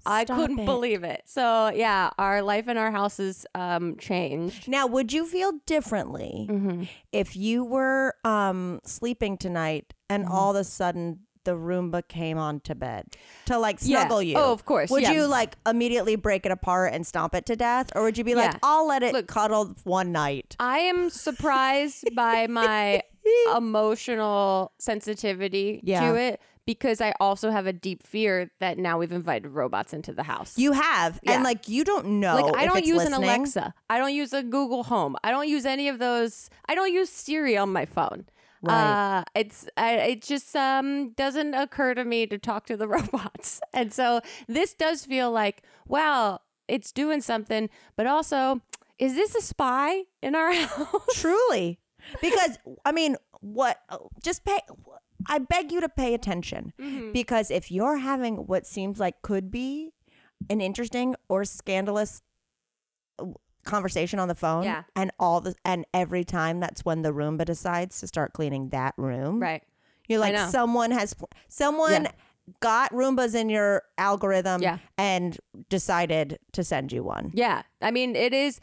B: I
C: Stop
B: couldn't
C: it.
B: believe it. So yeah, our life in our house is um changed.
C: Now, would you feel differently
B: Mm-hmm.
C: if you were um, sleeping tonight and
B: Mm-hmm.
C: all of a sudden the Roomba came onto bed to like
B: Yeah.
C: snuggle you?
B: Oh, of course,
C: Would
B: yeah.
C: you like immediately break it apart and stomp it to death, or would you be like,
B: Yeah.
C: "I'll let it
B: Look- Uh,
C: cuddle one night"?
B: I am surprised by my emotional sensitivity
C: Yeah.
B: to it because I also have a deep fear that now we've invited robots into the house.
C: You have,
B: Yeah.
C: and like you don't know.
B: like I
C: if
B: don't
C: it's
B: use an
C: listening.
B: Alexa. I don't use a Google Home. I don't use any of those. I don't use Siri on my phone.
C: Right.
B: Uh, it's I, it just um doesn't occur to me to talk to the robots, and so this does feel like wow, it's doing something, but also. Is this a spy in our house?
C: Truly. Because, I mean, what, just pay, I beg you to pay attention
B: Mm-hmm.
C: because if you're having what seems like could be an interesting or scandalous conversation on the phone
B: Yeah.
C: and all the and every time that's when the Roomba decides to start cleaning that room
B: Right.
C: you're like
B: know.
C: someone has pl- someone
B: Yeah.
C: got Roombas in your algorithm
B: Yeah.
C: and decided to send you one
B: Yeah. I mean, it is.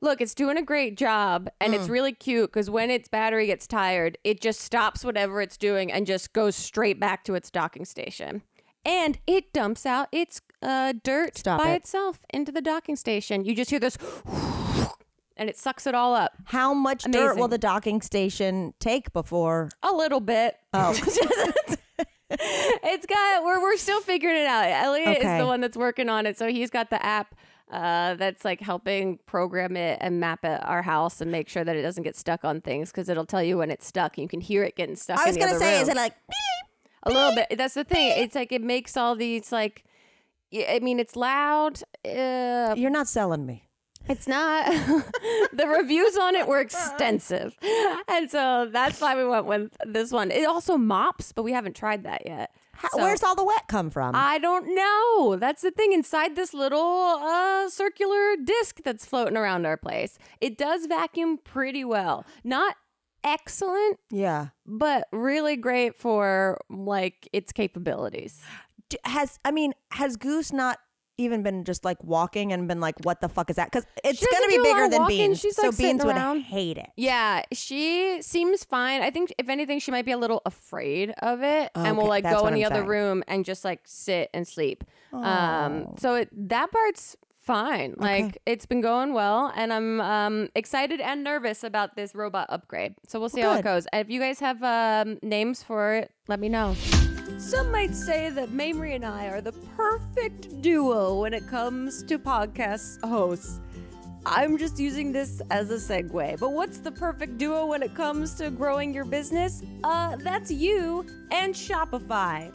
B: Look, it's doing a great job and
C: Mm.
B: it's really cute because when its battery gets tired, it just stops whatever it's doing and just goes straight back to its docking station. And it dumps out its uh, dirt
C: Stop
B: by
C: it.
B: itself into the docking station. You just hear this and it sucks it all up
C: how much dirt will
B: Amazing.
C: the docking station take before
B: a little bit.
C: Oh.
B: it's got we're we're still figuring it out. Elliot is
C: Okay.
B: the one that's working on it, so he's got the app uh, that's like helping program it and map it our house and make sure that it doesn't get stuck on things because it'll tell you when it's stuck and you can hear it getting stuck.
C: I was
B: going
C: gonna
B: to
C: say, is it like
B: a little bit? That's the thing. It's like it makes all these like. y- I mean, it's loud. Uh,
C: you're not selling me?
B: it's not. the reviews on it were extensive, and so that's why we went with this one. It also mops, but we haven't tried that yet.
C: How,
B: So-
C: where's all the wet come from?
B: I don't know. That's the thing inside this little uh, circular disc that's floating around our place. It does vacuum pretty well. Not excellent,
C: yeah.
B: but really great for like its capabilities.
C: D- has I mean has Goose not even been just like walking and been like, what the fuck is that? Because it's
B: doesn't
C: gonna be
B: do a lot
C: bigger
B: of
C: than
B: walking.
C: Beans.
B: She's,
C: so
B: like, sitting
C: Beans would
B: around.
C: hate it.
B: Yeah, she seems fine. I think if anything, she might be a little afraid of it, and will
C: Oh, Okay,
B: like
C: that's
B: go
C: what
B: in the
C: I'm
B: other
C: saying.
B: room and just like sit and sleep. Um,
C: Oh.
B: so it, that part's fine. Like it's been going well, and I'm um excited and nervous about this robot upgrade. So we'll see how it
C: good.
B: goes. If you guys have um, names for it, let me know. Some might say that Mamrie and I are the perfect duo when it comes to podcast hosts. I'm just using this as a segue. But what's the perfect duo when it comes to growing your business? Uh, that's you and Shopify.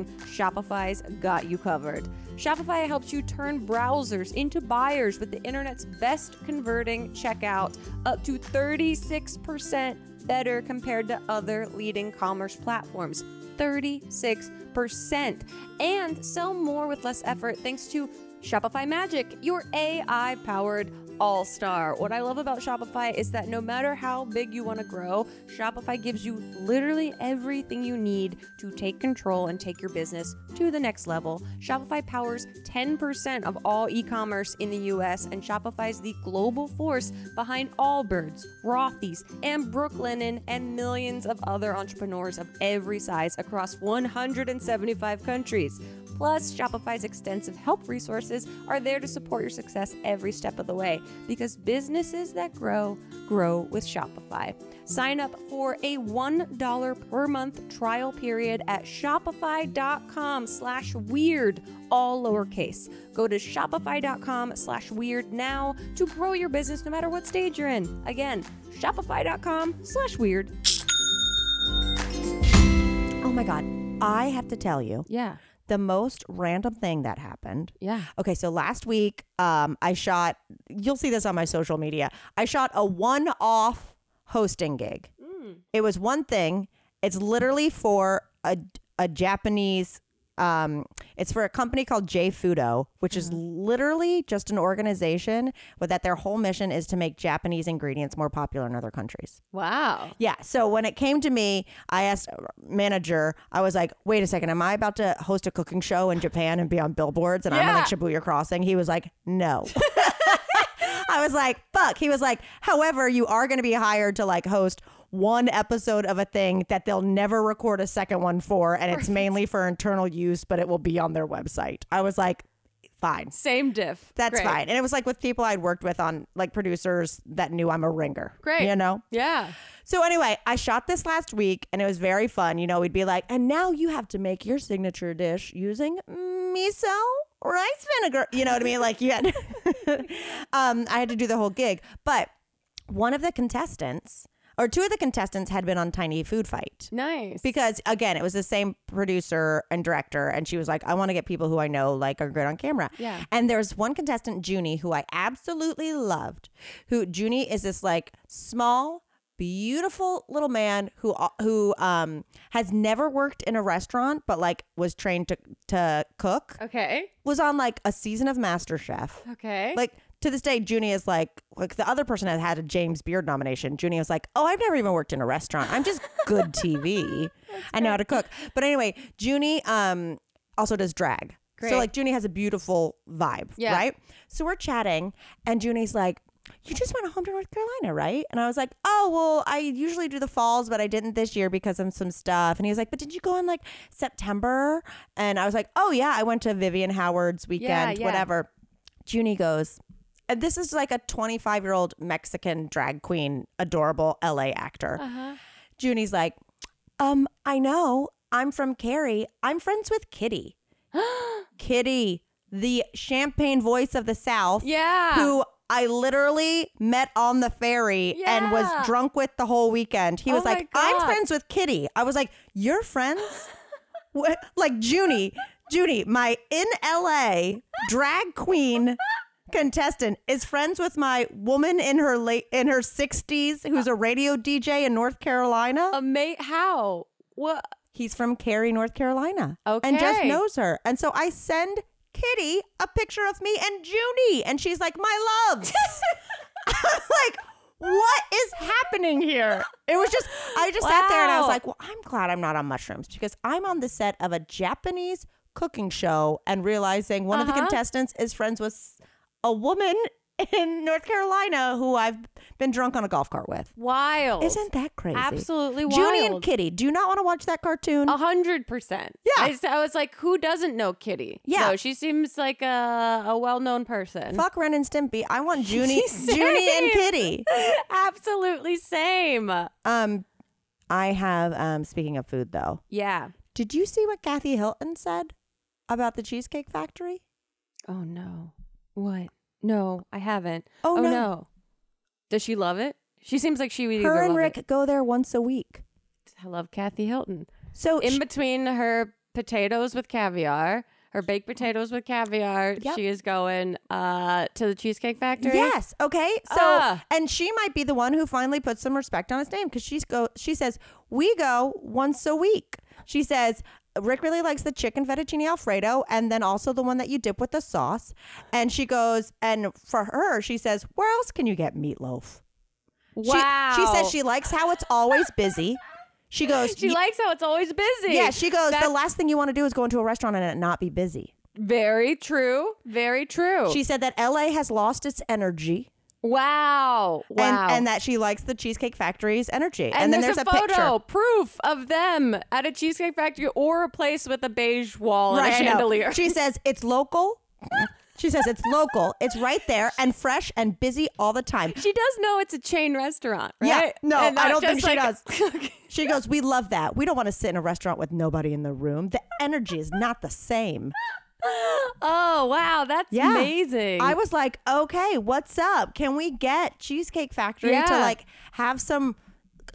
B: Shopify's got you covered. Shopify helps you turn browsers into buyers with the internet's best converting checkout, up to 36% better compared to other leading commerce platforms. 36% and sell more with less effort thanks to Shopify Magic, your AI powered all star. What I love about Shopify is that no matter how big you want to grow, Shopify gives you literally everything you need to take control and take your business to the next level. Shopify powers 10% of all e commerce in the US, and Shopify is the global force behind Allbirds, Rothy's, and Brooklinen, and millions of other entrepreneurs of every size across 175 countries. Plus, Shopify's extensive help resources are there to support your success every step of the way because businesses that grow, grow with Shopify. Sign up for a $1 per month trial period at shopify.com slash weird, all lowercase. Go to shopify.com slash weird now to grow your business no matter what stage you're in. Again, shopify.com slash weird.
C: Oh my god. I have to tell you
B: Yeah.
C: the most random thing that happened.
B: Yeah.
C: Okay, so last week, um, I shot. You'll see this on my social media. I shot a one-off hosting gig. It was one thing. It's literally for a a Japanese. Um, it's for a company called J Fudo, which is literally just an organization, but that their whole mission is to make Japanese ingredients more popular in other countries.
B: Wow.
C: Yeah. So when it came to me, I asked uh, manager, I was like, wait a second, am I about to host a cooking show in Japan and be on billboards and I'm on like Shibuya Crossing? He was like, no. I was like, fuck. He was like, however, you are going to be hired to like host one episode of a thing that they'll never record a second one for. And it's mainly for internal use, but it will be on their website. I was like, fine.
B: Same diff.
C: That's fine. And it was like with people I'd worked with on like producers that knew I'm a ringer.
B: Great.
C: You know?
B: Yeah.
C: So anyway, I shot this last week and it was very fun. You know, we'd be like, and now you have to make your signature dish using miso rice vinegar. You know what I mean? Like you had um I had to do the whole gig. But one of the contestants or two of the contestants had been on Tiny Food Fight.
B: Nice.
C: Because again, it was the same producer and director, and she was like, "I want to get people who I know like are good on camera."
B: Yeah.
C: And there's one contestant, Junie, who I absolutely loved. Who Junie is this like small, beautiful little man who uh, who um has never worked in a restaurant, but like was trained to to cook.
B: Okay. Oh.
C: Was on like a season of MasterChef.
B: Okay.
C: Like to this day, Junie is like like the other person that had a James Beard nomination. Junie was like, "Oh, I've never even worked in a restaurant. I'm just good TV. I know how to cook." But anyway, Junie um also does drag.
B: Great.
C: So like Junie has a beautiful vibe,
B: Yeah.
C: right? So we're chatting, and Junie's like. You just went home to North Carolina, right? And I was like, "Oh, well, I usually do the falls, but I didn't this year because of some stuff." And he was like, "But did you go in like September?" And I was like, "Oh yeah, I went to Vivian Howard's weekend,
B: yeah.
C: whatever." whatever. Junie goes, and this is like a 25 year old Mexican drag queen, adorable LA actor.
B: Uh-huh.
C: Junie's like, um, I know. I'm from Carrie. I'm friends with Kitty. Kitty, the champagne voice of the South.
B: Yeah.
C: Who I literally met on the ferry and was
B: Yeah. Oh
C: drunk with the whole weekend. He was
B: my
C: like, I'm
B: God.
C: friends with Kitty. I was like, You're friends? What? like Junie. Judy, my in LA drag queen contestant is friends with my woman in her late in her 60s who's a radio DJ in North Carolina.
B: A mate, how? What?
C: He's from Cary, North Carolina. And just
B: Okay.
C: knows her. And so I send Kitty a picture of me and Judy and she's like, "My loves." I'm like what is happening here? It was just I just sat there and I was
B: Wow.
C: like, "Well, I'm glad I'm not on mushrooms because I'm on the set of a Japanese cooking show and realizing one of the
B: Uh-huh.
C: contestants is friends with a woman in North Carolina who I've been drunk on a golf cart with."
B: Wild.
C: Isn't that crazy?
B: Absolutely
C: Junie and
B: wild.
C: Kitty, do you not want to watch that cartoon?
B: A hundred percent.
C: Yeah.
B: I, s- I was like, who doesn't know Kitty?
C: Yeah.
B: So she seems like a, a well known person.
C: Fuck Ren and Stimpy. I want Junie, Junie
B: Same.
C: and Kitty.
B: Absolutely same.
C: Um, I have. Um, speaking of food, though,
B: Yeah.
C: did you see what Kathy Hilton said about the Cheesecake Factory?
B: Oh no. What? No, I haven't.
C: Oh, no.
B: Does she love it? She seems like she would either
C: Her and
B: love
C: Rick
B: it.
C: go there once a week.
B: I love Kathy Hilton.
C: So
B: In
C: she-
B: between her potatoes with caviar, her baked potatoes with caviar,
C: Yep.
B: she is going uh, to the Cheesecake Factory.
C: Yes. Okay. So,
B: Ah.
C: and she might be the one who finally puts some respect on his name because she's go. She says we go once a week. She says Rick really likes the chicken fettuccine alfredo, and then also the one that you dip with the sauce. And she goes, and for her, she says, where else can you get meatloaf? She-
B: Wow.
C: She, says she likes how it's always busy. She goes.
B: She
C: "Ye-
B: likes how it's always busy.
C: yeah, she goes.
B: That's
C: the last thing you want to do is go into a restaurant and it not be busy.
B: very true. Very true.
C: She said that LA has lost its energy.
B: Wow. Wow.
C: and, and that she likes the Cheesecake Factory's energy. And,
B: And
C: then
B: there's,
C: there's,
B: a, photo proof of them at a Cheesecake Factory or a place with a beige wall
C: picture.
B: and a
C: I know.
B: chandelier.
C: She says it's local. she says it's local. It's right there and fresh and busy all the time.
B: She does know it's a chain restaurant,
C: Yeah.
B: right?
C: No,
B: And
C: I
B: not
C: don't think
B: just
C: she
B: like-
C: She goes, We love that. We don't want to sit in a restaurant with nobody in the room. The energy is not the same.
B: oh wow, that's
C: Yeah.
B: amazing.
C: I was like, Okay, what's up? Can we get Cheesecake Factory to
B: Yeah.
C: like have some?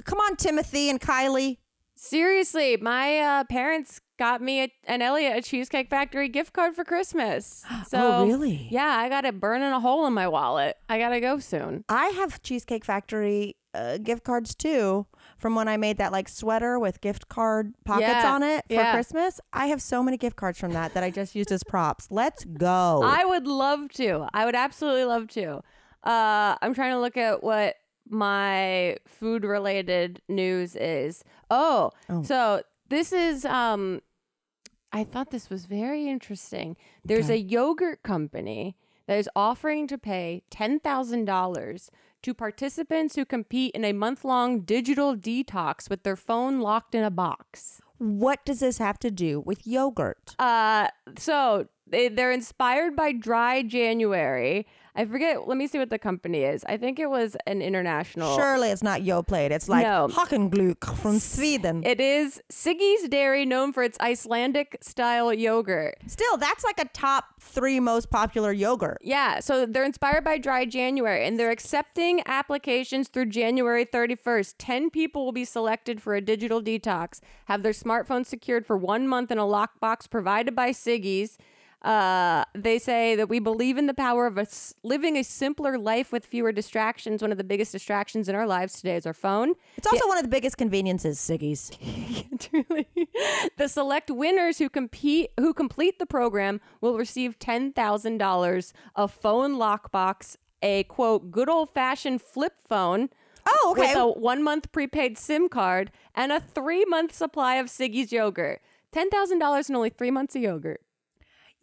C: Come on, Timothy and Kylie.
B: Seriously, my uh, parents got me a, an Elliot a Cheesecake Factory gift card for Christmas. So
C: really?
B: Yeah, I got it burning a hole in my wallet. I gotta go soon.
C: I have Cheesecake Factory uh, gift cards too from when I made that like sweater with gift card pockets
B: Yeah,
C: on it for
B: yeah.
C: Christmas. I have so many gift cards from that that I just used as props. Let's go.
B: I would love to. I would absolutely love to. Uh, I'm trying to look at what my food related news is. Oh, so this is um I thought this was very interesting. There's a yogurt company that is offering to pay $10,000 to participants who compete in a month-long digital detox with their phone locked in a box.
C: what does this have to do with yogurt?
B: Uh, so they, they're inspired by Dry January. I forget. Let me see what the company is. I think it was an international.
C: Surely it's not Yoplait. It's like
B: Oh. No.
C: Hockenglück from Sweden.
B: It is Siggy's Dairy, known for its Icelandic style yogurt.
C: Still, that's like a top three most popular yogurt.
B: Yeah, so they're inspired by Dry January and they're accepting applications through January 31st. 10 people will be selected for a digital detox, have their smartphones secured for one month in a lockbox provided by Siggy's. Uh, they say that we believe in the power of us living a simpler life with fewer distractions. One of the biggest distractions in our lives today is our phone.
C: It's also one of the biggest conveniences, Siggy's.
B: Truly. the select winners who compete who complete the program will receive ten thousand dollars, a phone lockbox, a quote good old fashioned flip phone.
C: Oh, okay.
B: With a one month prepaid SIM card and a three month supply of Siggy's yogurt. Ten thousand dollars and only three months of yogurt.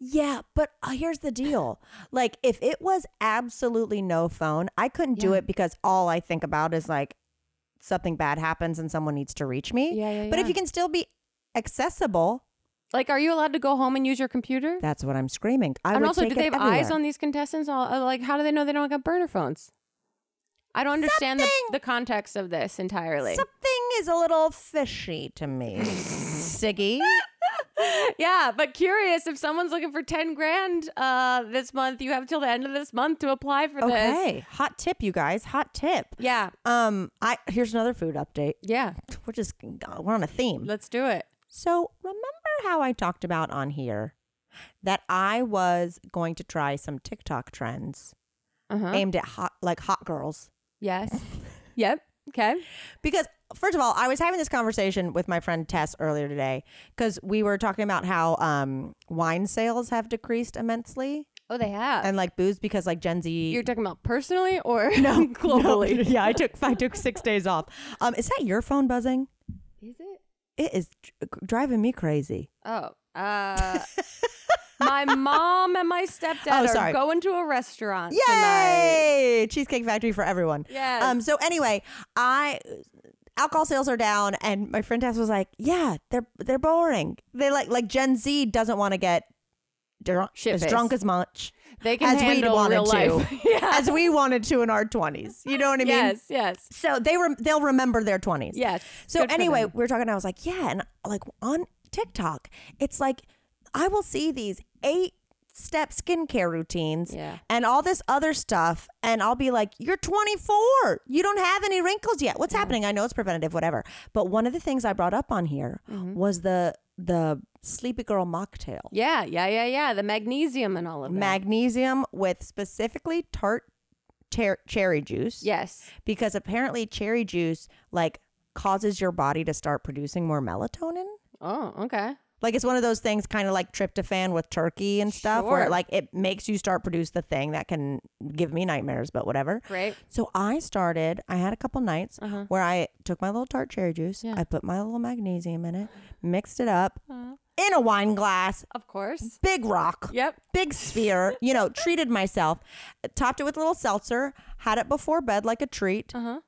C: Yeah, but uh, here's the deal. Like, if it was absolutely no phone, I couldn't do it because all I think about is like something bad happens and someone needs to reach me.
B: Yeah, yeah,
C: But if
B: yeah.
C: you can still be accessible,
B: Like, are you allowed to go home and use your computer?
C: that's what I'm screaming. I
B: and
C: would
B: also,
C: take
B: do they
C: it
B: have eyes
C: everywhere.
B: on these contestants? All uh, like, how do they know they don't have burner phones? I don't understand the,
C: Something-
B: the context of this entirely.
C: Something is a little fishy to me, Siggy.
B: Yeah, but curious if someone's looking for 10 grand uh, this month, you have till the end of this month to apply for this.
C: Okay, hot tip, you guys. Hot tip.
B: Yeah.
C: Um, I here's another food update. uh,
B: Yeah.
C: We're just we're on a theme.
B: Let's do it.
C: So remember how I talked about on here that I was going to try some TikTok trends
B: Uh-huh.
C: aimed at hot, like hot girls.
B: Yes. yep. Okay.
C: Because first of all, I was having this conversation with my friend Tess earlier today because we were talking about how um, wine sales have decreased immensely
B: Oh, they have.
C: and like booze because like Gen Z.
B: You're talking about personally or no, globally?
C: yeah, I took I took six days off. Um, is that your phone buzzing?
B: Is it?
C: It is dr- driving me crazy.
B: Oh, uh, my mom and my stepdad
C: Oh,
B: are
C: sorry.
B: going to a restaurant tonight.
C: Yay! Cheesecake Factory for everyone.
B: Yes.
C: Um. So anyway, I alcohol sales are down, and my friend Tess was like, "Yeah, they're they're boring. They like like Gen Z doesn't want to get drunk, as
B: Shit-faced.
C: drunk as much
B: They can
C: as we
B: handle
C: wanted
B: real
C: to,
B: life. yeah.
C: as we wanted to in our twenties. You know what I mean?
B: yes, yes,
C: So they were they'll remember their twenties.
B: yes.
C: So
B: Good for
C: anyway,
B: them.
C: we were talking. And I was like, yeah, and like on TikTok, it's like I will see these eight step skincare routines
B: Yeah.
C: and all this other stuff, and I'll be like, you're 24, you don't have any wrinkles yet. What's happening? I know it's preventative, whatever. But one of the things I brought up on here was the the sleepy girl mocktail,
B: Mm-hmm. yeah, yeah, yeah, yeah. The magnesium and all of that.
C: magnesium with specifically tart ter- cherry juice
B: yes.
C: because apparently cherry juice like causes your body to start producing more melatonin.
B: Oh, okay.
C: Like it's one of those things kind of like tryptophan with turkey and stuff where
B: Sure.
C: like it makes you start produce the thing that can give me nightmares, but whatever.
B: Great.
C: So I started, I had a couple nights
B: Uh-huh.
C: where I took my little tart cherry juice,
B: Yeah.
C: I put my little magnesium in it, mixed it up
B: Uh,
C: in a wine glass,
B: of course.
C: big rock,
B: Yep.
C: big sphere, you know, treated myself, topped it with a little seltzer, had it before bed like a treat,
B: Uh huh.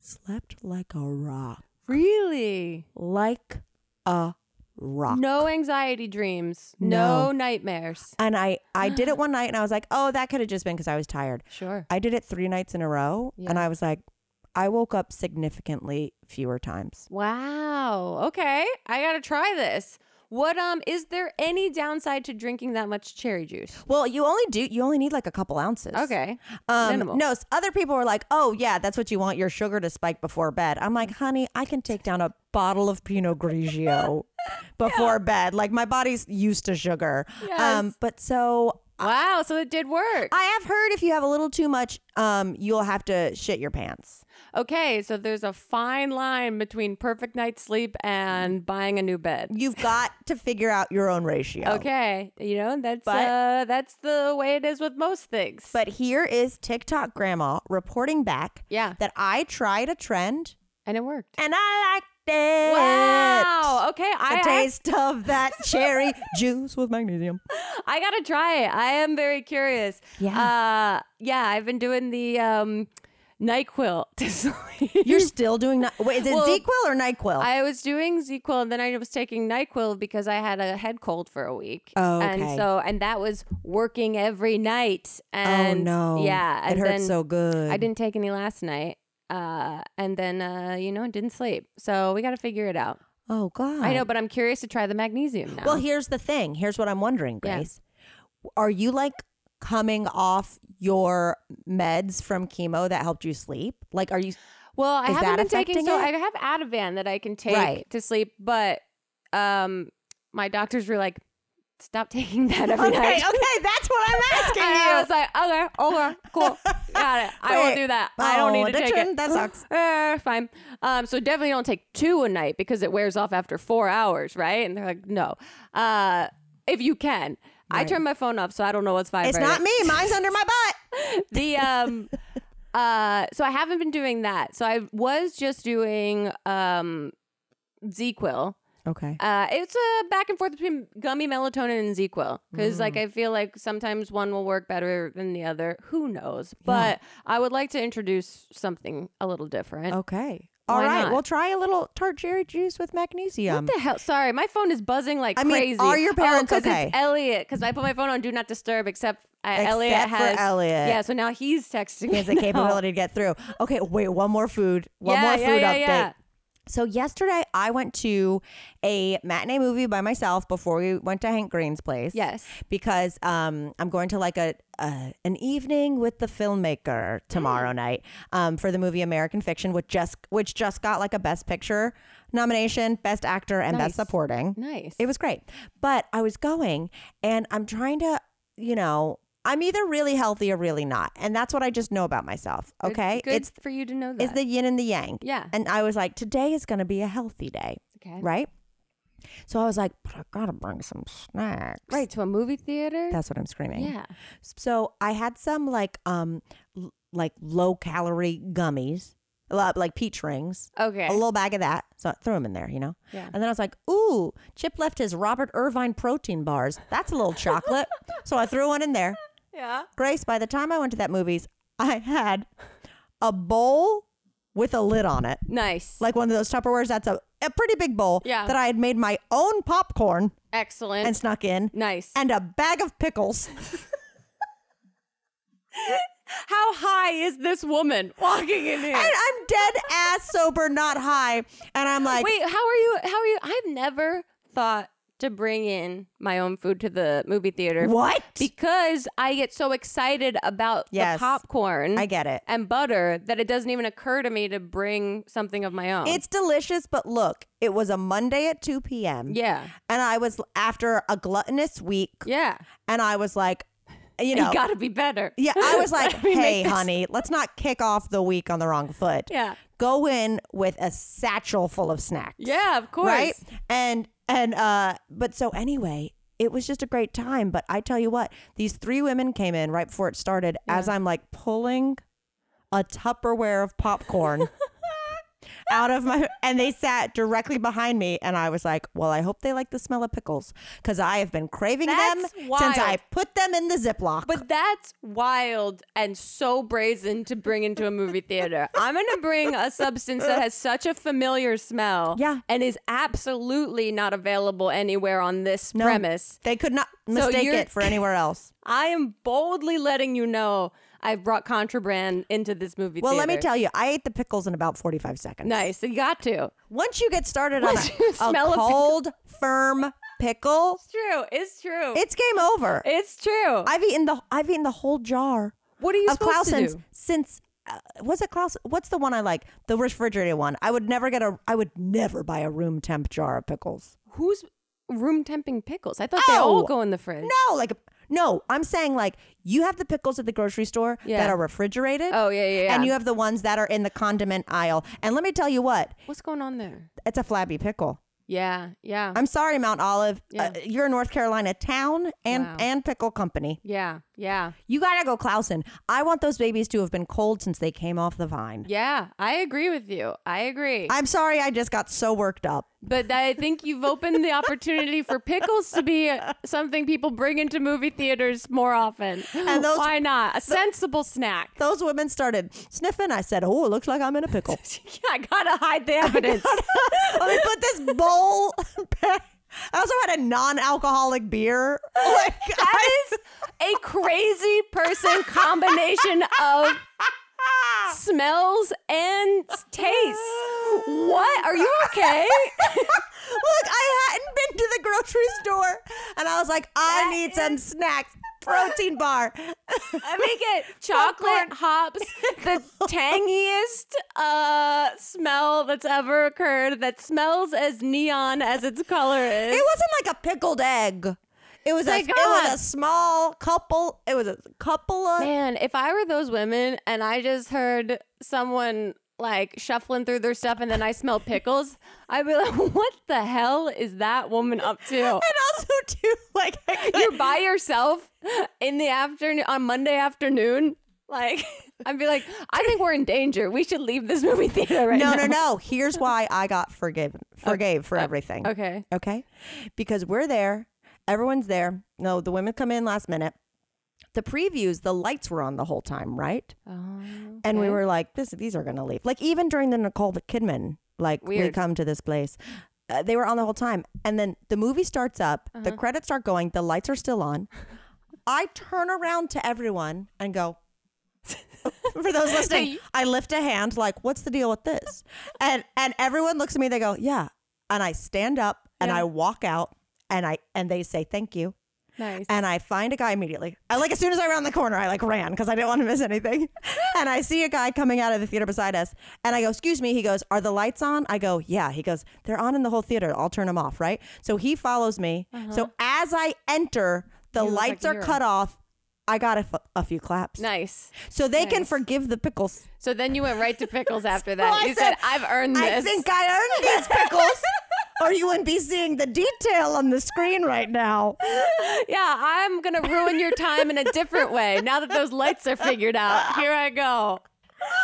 C: slept like a rock,
B: Really?
C: like a rock.
B: No anxiety dreams.
C: No.
B: No, nightmares.
C: And I I did it one night and I was like, "Oh, that could have just been cuz I was tired."
B: Sure.
C: I did it 3 nights in a row and
B: Yeah.
C: I was like, I woke up significantly fewer times.
B: Wow. Okay. I gotta try this. What um is there any downside to drinking that much cherry juice?
C: Well, you only do you only need like a couple ounces.
B: Okay.
C: Um,
B: minimal.
C: no, s- other people are like, "Oh, yeah, that's what you want your sugar to spike before bed." I'm like, "Honey, I can take down a bottle of Pinot Grigio before bed. Like my body's used to sugar." Um,
B: Yes.
C: but so
B: Wow, so it did work.
C: I have heard if you have a little too much, um, you'll have to shit your pants.
B: Okay, so there's a fine line between perfect night's sleep and buying a new bed.
C: You've got to figure out your own ratio.
B: Okay, you know that's
C: But-
B: uh, that's the way it is with most things.
C: But here is TikTok grandma reporting back
B: yeah,
C: that I tried a trend
B: and it worked.
C: and I liked it.
B: Wow. Okay,
C: The
B: I ac-
C: taste of that cherry juice with magnesium.
B: I gotta try it. I am very curious.
C: Yeah.
B: uh, yeah. I've been doing the um, Nyquil to sleep.
C: You're still doing that. Wait, is it
B: Well,
C: ZQL or NyQuil?
B: I was doing ZQL and then I was taking NyQuil because I had a head cold for a week.
C: Oh, okay.
B: And so, and that was working every night. And
C: oh no.
B: Yeah.
C: It
B: and
C: hurts
B: then
C: so good.
B: I didn't take any last night. Uh, and then, uh, you know, didn't sleep. So we got to figure it out.
C: Oh god.
B: I know, but I'm curious to try the magnesium now.
C: Well, here's the thing. Here's what I'm wondering,
B: Yeah.
C: Grace. Are you like coming off your meds from chemo that helped you sleep? Like, are you?
B: Well, I
C: Is
B: haven't
C: that
B: been taking
C: affecting
B: so
C: it?
B: I have Ativan that I can take
C: Right.
B: to sleep, but um, my doctors were like, "Stop taking that every
C: okay,
B: night."
C: okay, that's what I'm asking
B: And I was
C: you.
B: like, okay, okay, cool, got it. I
C: Wait.
B: won't do that. I don't
C: Oh,
B: need to
C: that
B: take
C: shouldn't-
B: it.
C: that sucks.
B: Eh, fine. Um, so definitely don't take two a night because it wears off after four hours, right? And they're like, no, uh, if you can. I turn my phone off, so I don't know what's vibrating.
C: It's not me. Mine's under my butt.
B: The um, uh, so I haven't been doing that. So I was just doing um, ZQL.
C: Okay.
B: Uh, it's a back and forth between gummy melatonin and ZQL because, like,
C: Mm.
B: I feel like sometimes one will work better than the other. Who knows? But I would like to introduce something a little different.
C: Oh. Okay. All
B: Why
C: right.
B: not?
C: We'll try a little tart cherry juice with magnesium.
B: What the hell? Sorry, my phone is buzzing like
C: I mean,
B: crazy.
C: are your
B: Oh,
C: parents
B: 'cause
C: okay?
B: It's Elliot, because I put my phone on Do Not Disturb, except, uh,
C: Except
B: Elliot
C: for
B: has
C: Elliot.
B: Yeah, so now he's texting.
C: he has the
B: me now.
C: capability to get through. Okay. Wait. One more food. One
B: Yeah,
C: more
B: yeah,
C: food
B: yeah,
C: update.
B: yeah.
C: So yesterday I went to a matinee movie by myself before we went to Hank Green's place.
B: Yes.
C: Because um, I'm going to like a, a an evening with the
B: Mm.
C: filmmaker tomorrow night um, for the movie American Fiction, which just which just got like a Best Picture nomination, Best Actor, and Best Supporting.
B: Nice.
C: It was great. But I was going and I'm trying to, you know, I'm either really healthy or really not. And that's what I just know about myself.
B: Good-
C: Okay.
B: Good
C: it's
B: for you to know that.
C: it's the yin and the yang.
B: Yeah.
C: And I was like, today is going to be a healthy day.
B: okay.
C: Right. So I was like, but I got to bring some snacks.
B: Right to a movie theater.
C: That's what I'm screaming.
B: yeah.
C: So I had some like, um, l- like low calorie gummies, lo- like peach rings,
B: Okay.
C: a little bag of that. So I threw them in there, you know?
B: yeah.
C: And then I was like, ooh, Chip left his Robert Irvine protein bars. That's a little chocolate. so I threw one in there.
B: Yeah.
C: Grace, by the time I went to that movies, I had a bowl with a lid on it.
B: Nice.
C: Like one of those Tupperwares that's a, a pretty big bowl
B: Yeah.
C: that I had made my own popcorn
B: Excellent.
C: and snuck in.
B: nice.
C: And a bag of pickles.
B: How high is this woman walking in here?
C: And I'm dead ass sober, not high. And I'm like,
B: Wait, how are you? How are you? I've never thought to bring in my own food to the movie theater.
C: what?
B: Because I get so excited about
C: Yes.
B: the popcorn
C: I get it.
B: and butter that it doesn't even occur to me to bring something of my own.
C: It's delicious, but look, it was a Monday at 2 p.m.
B: yeah,
C: And I was after a gluttonous week.
B: yeah.
C: And I was like, you know,
B: You got to be better.
C: yeah, I was like,
B: Let me make
C: hey,
B: this-
C: honey, let's not kick off the week on the wrong foot.
B: Yeah.
C: Go in with a satchel full of snacks.
B: Yeah, of course.
C: Right? And, and, uh, but so anyway, it was just a great time. But I tell you what, these three women came in right before it started as I'm like pulling a Tupperware of popcorn. out of my and they sat directly behind me and I was like, "Well, I hope they like the smell of pickles cuz I have been craving
B: That's
C: them
B: wild.
C: since I put them in the Ziploc."
B: But that's wild and so brazen to bring into a movie theater. I'm going to bring a substance that has such a familiar smell
C: Yeah.
B: and is absolutely not available anywhere on this
C: No,
B: premise.
C: They could not mistake
B: you're-
C: it for anywhere else.
B: I am boldly letting you know I've brought contraband into this movie
C: Well,
B: theater.
C: let me tell you, I ate the pickles in about 45 seconds.
B: Nice. You got to.
C: Once you get started on
B: Once you
C: a,
B: smell
C: a
B: a pickle.
C: cold, firm pickle,
B: It's true. It's true.
C: it's game over.
B: it's true.
C: I've eaten the I've eaten the whole jar
B: what are you
C: of
B: supposed to
C: Clausen's
B: do?
C: since uh, was it Klaus? What's the one I like? The refrigerated one. I would never get a. I would never buy a room temp jar of pickles.
B: Who's room temping pickles? I thought they all
C: Oh!
B: go in the fridge.
C: No, like no. I'm saying like you have the pickles at the grocery store
B: Yeah.
C: that are refrigerated.
B: Oh, yeah, yeah, yeah.
C: And you have the ones that are in the condiment aisle. And let me tell you what,
B: What's going on there?
C: it's a flabby pickle.
B: Yeah. Yeah.
C: I'm sorry, Mount Olive.
B: Yeah.
C: Uh, you're a North Carolina town and
B: Wow.
C: and pickle company.
B: yeah. Yeah.
C: You gotta go, Clausen. I want those babies to have been cold since they came off the vine.
B: Yeah, I agree with you. I agree.
C: I'm sorry, I just got so worked up.
B: but I think you've opened the opportunity for pickles to be uh, something people bring into movie theaters more often.
C: And those-
B: Why not? A sensible snack.
C: Those women started sniffing. I said, "Oh, it looks like I'm in a pickle."
B: I gotta hide the evidence.
C: Let me put this bowl. back. I also had a non-alcoholic beer. Like I,
B: A crazy person combination of smells and tastes. What? Are you okay?
C: Look, I hadn't been to the grocery store, and I was like, "I need some snacks." Protein bar.
B: I make it chocolate hops, the tangiest uh, smell that's ever occurred that smells as neon as its color is.
C: It wasn't like a pickled egg. It was a,
B: Thank
C: it was
B: God.
C: a small couple. It was a couple of.
B: Man, if I were those women and I just heard someone like shuffling through their stuff and then I smell pickles, I'd be like, what the hell is that woman up to?
C: And also too, like I couldn't-
B: You're by yourself in the afternoon on Monday afternoon. Like, I'd be like, I think we're in danger. We should leave this movie theater right
C: no,
B: now.
C: no, no. Here's why I got forgiven, forgave for everything.
B: Okay.
C: Okay. Because we're there. Everyone's there. No, the women come in last minute. The previews, the lights were on the whole time, right? And we were like, this, these are going to leave. Like, even during the Nicole Kidman, like, we
B: Weird.
C: come to this place, uh, they were on the whole time. And then the movie starts up,
B: Uh-huh.
C: the credits start going, the lights are still on. I turn around to everyone and go, for those listening, I lift a hand like, "What's the deal with this?" And and everyone looks at me. They go, "Yeah," and I stand up and
B: Yeah.
C: I walk out and I and they say thank you.
B: Nice.
C: And I find a guy immediately. I like as soon as I round the corner, I like ran because I didn't want to miss anything. and I see a guy coming out of the theater beside us, and I go, "Excuse me." He goes, "Are the lights on?" I go, "Yeah." He goes, "They're on in the whole theater. I'll turn them off, right?" So he follows me. So as I enter, the
B: Uh-huh. look like
C: lights
B: a
C: are
B: hero.
C: cut off. I got a, f- a few claps,
B: nice.
C: so they can
B: Nice.
C: forgive the pickles.
B: So then you went right to pickles after
C: So
B: that.
C: I
B: you said, "I've earned this."
C: I think I earned these pickles, or you wouldn't be seeing the detail on the screen right now.
B: yeah, I'm gonna ruin your time in a different way. Now that those lights are figured out, here I go.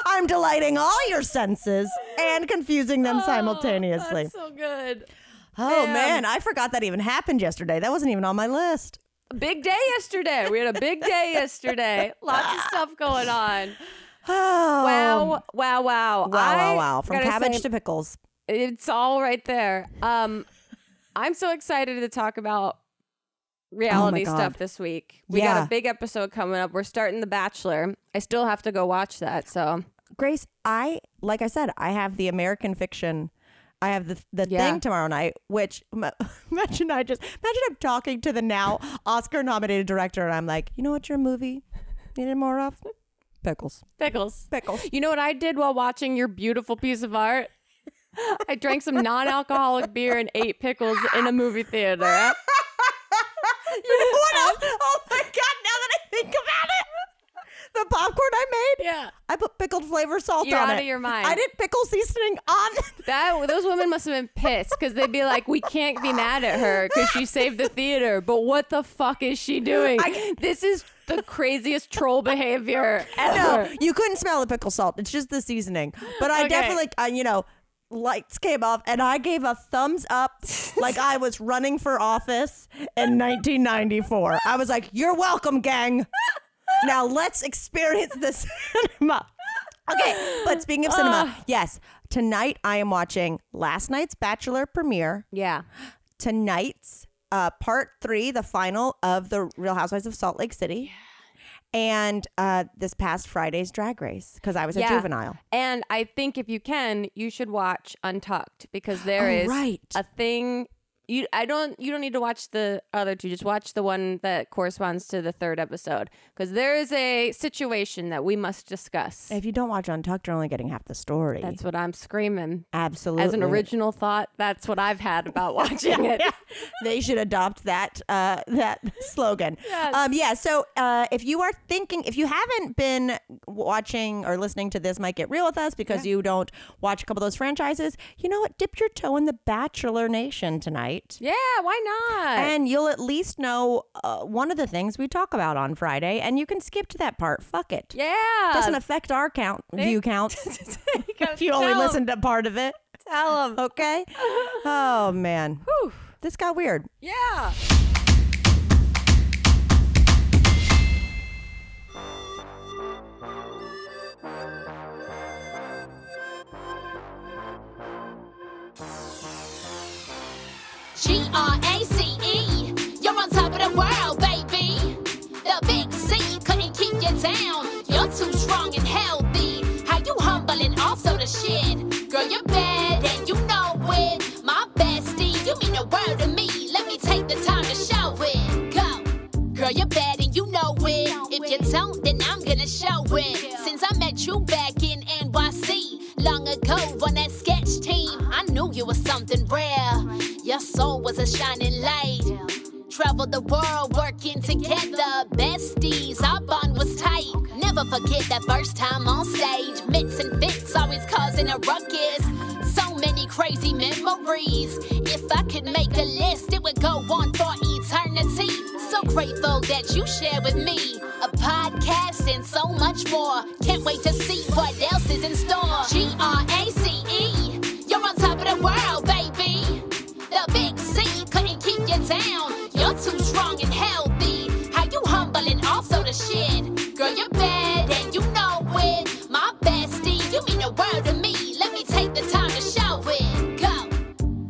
C: I'm delighting all your senses and confusing them simultaneously.
B: Oh, That's so good.
C: Oh
B: Damn.
C: man, I forgot that even happened yesterday. That wasn't even on my list.
B: Big day yesterday. We had a big day yesterday. Lots of stuff going on.
C: Oh.
B: Wow, wow, wow.
C: Wow,
B: I
C: wow, wow. From
B: gotta
C: cabbage
B: say,
C: to pickles.
B: it's all right there. Um, I'm so excited to talk about Oh reality
C: God.
B: stuff this week. We got
C: Yeah.
B: a big episode coming up. We're starting The Bachelor. I still have to go watch that. So
C: Grace, I like I said, I have the American fiction. I have the the
B: Yeah.
C: thing tomorrow night, which m- imagine I just imagine I'm talking to the now Oscar nominated director, and I'm like, you know what, your movie needed more of pickles,
B: pickles.
C: pickles.
B: You know what I did while watching your beautiful piece of art? I drank some non-alcoholic beer and ate pickles in a movie theater.
C: You know what else? Oh my god! Now that I think about it, the popcorn I made,
B: Yeah.
C: I put pickled flavor salt
B: You're
C: on
B: out of
C: it.
B: your mind.
C: I did pickle seasoning on.
B: That those women must have been pissed because they'd be like, "We can't be mad at her because she saved the theater." But what the fuck is she doing? this is the craziest troll behavior ever.
C: no, you couldn't smell the pickle salt. It's just the seasoning. But I
B: Okay.
C: definitely, uh, you know, lights came off, and I gave a thumbs up, like I was running for office in 1994. I was like, "You're welcome, gang." Now let's experience the cinema. Okay, but speaking of cinema, yes, tonight I am watching last night's Bachelor premiere
B: Yeah,
C: tonight's uh, part three, the final of the Real Housewives of Salt Lake City, and uh, this past Friday's Drag Race because I was
B: yeah.
C: a juvenile.
B: And I think if you can, you should watch Untucked because there
C: Oh,
B: is
C: right.
B: a thing. You, I don't. You don't need to watch the other two. Just watch the one that corresponds to the third episode because there is a situation that we must discuss.
C: If you don't watch Untucked, you're only getting half the story.
B: That's what I'm screaming.
C: Absolutely,
B: As an original thought, that's what I've had about watching it.
C: they should adopt that uh, that slogan.
B: Yes.
C: Um, yeah. So uh, if you are thinking, if you haven't been watching or listening to this, might get real with us because you don't watch a couple of those franchises. You know what? Dip your toe in the Bachelor Nation tonight.
B: Yeah, why not?
C: And you'll at least know uh, one of the things we talk about on Friday, and you can skip to that part. Fuck it.
B: yeah.
C: Doesn't affect our count view counts if you only
B: Tell 'em.
C: listen to part of it.
B: Tell them.
C: Okay. Oh man, this got weird.
B: Yeah.
D: G R A C E. You're on top of the world, baby. The big C couldn't keep you down. You're too strong and healthy. How you humble and also the shit. Girl, you're bad and you know it. My bestie, you mean the world to me. Let me take the time to show it. Go. Girl, you're bad and you know it. If you don't, then I'm gonna show it. Since I met you back in NYC, long ago on that sketch team, I knew you was something rare. Your soul was a shining light. Traveled the world working together, besties. Our bond was tight. Never forget that first time on stage. Mits and fits always causing a ruckus. So many crazy memories. If I could make a list, it would go on for eternity. So grateful that you share with me a podcast and so much more. Can't wait to see what else is in store. G R A C E, you're on top of the world, baby. The big C couldn't keep you down. You're too strong and healthy. How you humble and also the shit. Girl, you're bad and you know it. My bestie, you mean the world to me. Let me take the time to show it. Go.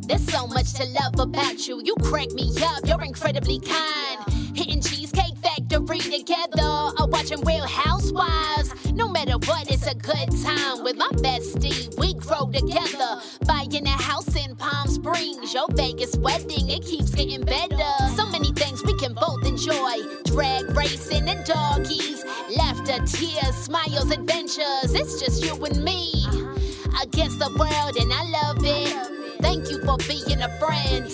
D: There's so much to love about you. You crack me up, you're incredibly kind. Hitting Cheesecake Factory together, or watching Real Housewives. No matter what but it's a good time with my bestie. We grow together, buying a house in Palm Springs. Your Vegas wedding, it keeps getting better. So many things we can both enjoy drag racing and doggies, laughter, tears, smiles, adventures. It's just you and me against the world, and I love it. Thank you for being a friend.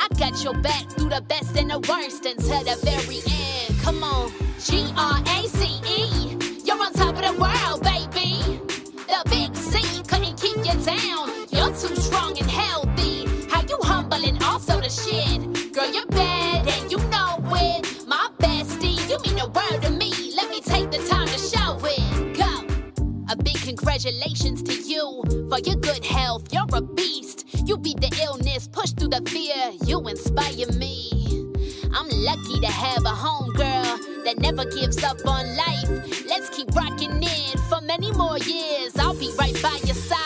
D: I got your back through the best and the worst until the very end. Come on, G R A C E. You're on top of the world, baby. The big C couldn't keep you down. You're too strong and healthy. How you humble and also the shit. Girl, you're bad and you know it. My bestie, you mean the world to me. Let me take the time to show it. Go. A big congratulations to you for your good health. You're a beast. You beat the illness, push through the fear. You inspire me. I'm lucky to have a homegirl that never gives up on life. Let's keep rocking it for many more years. I'll be right by your side. E.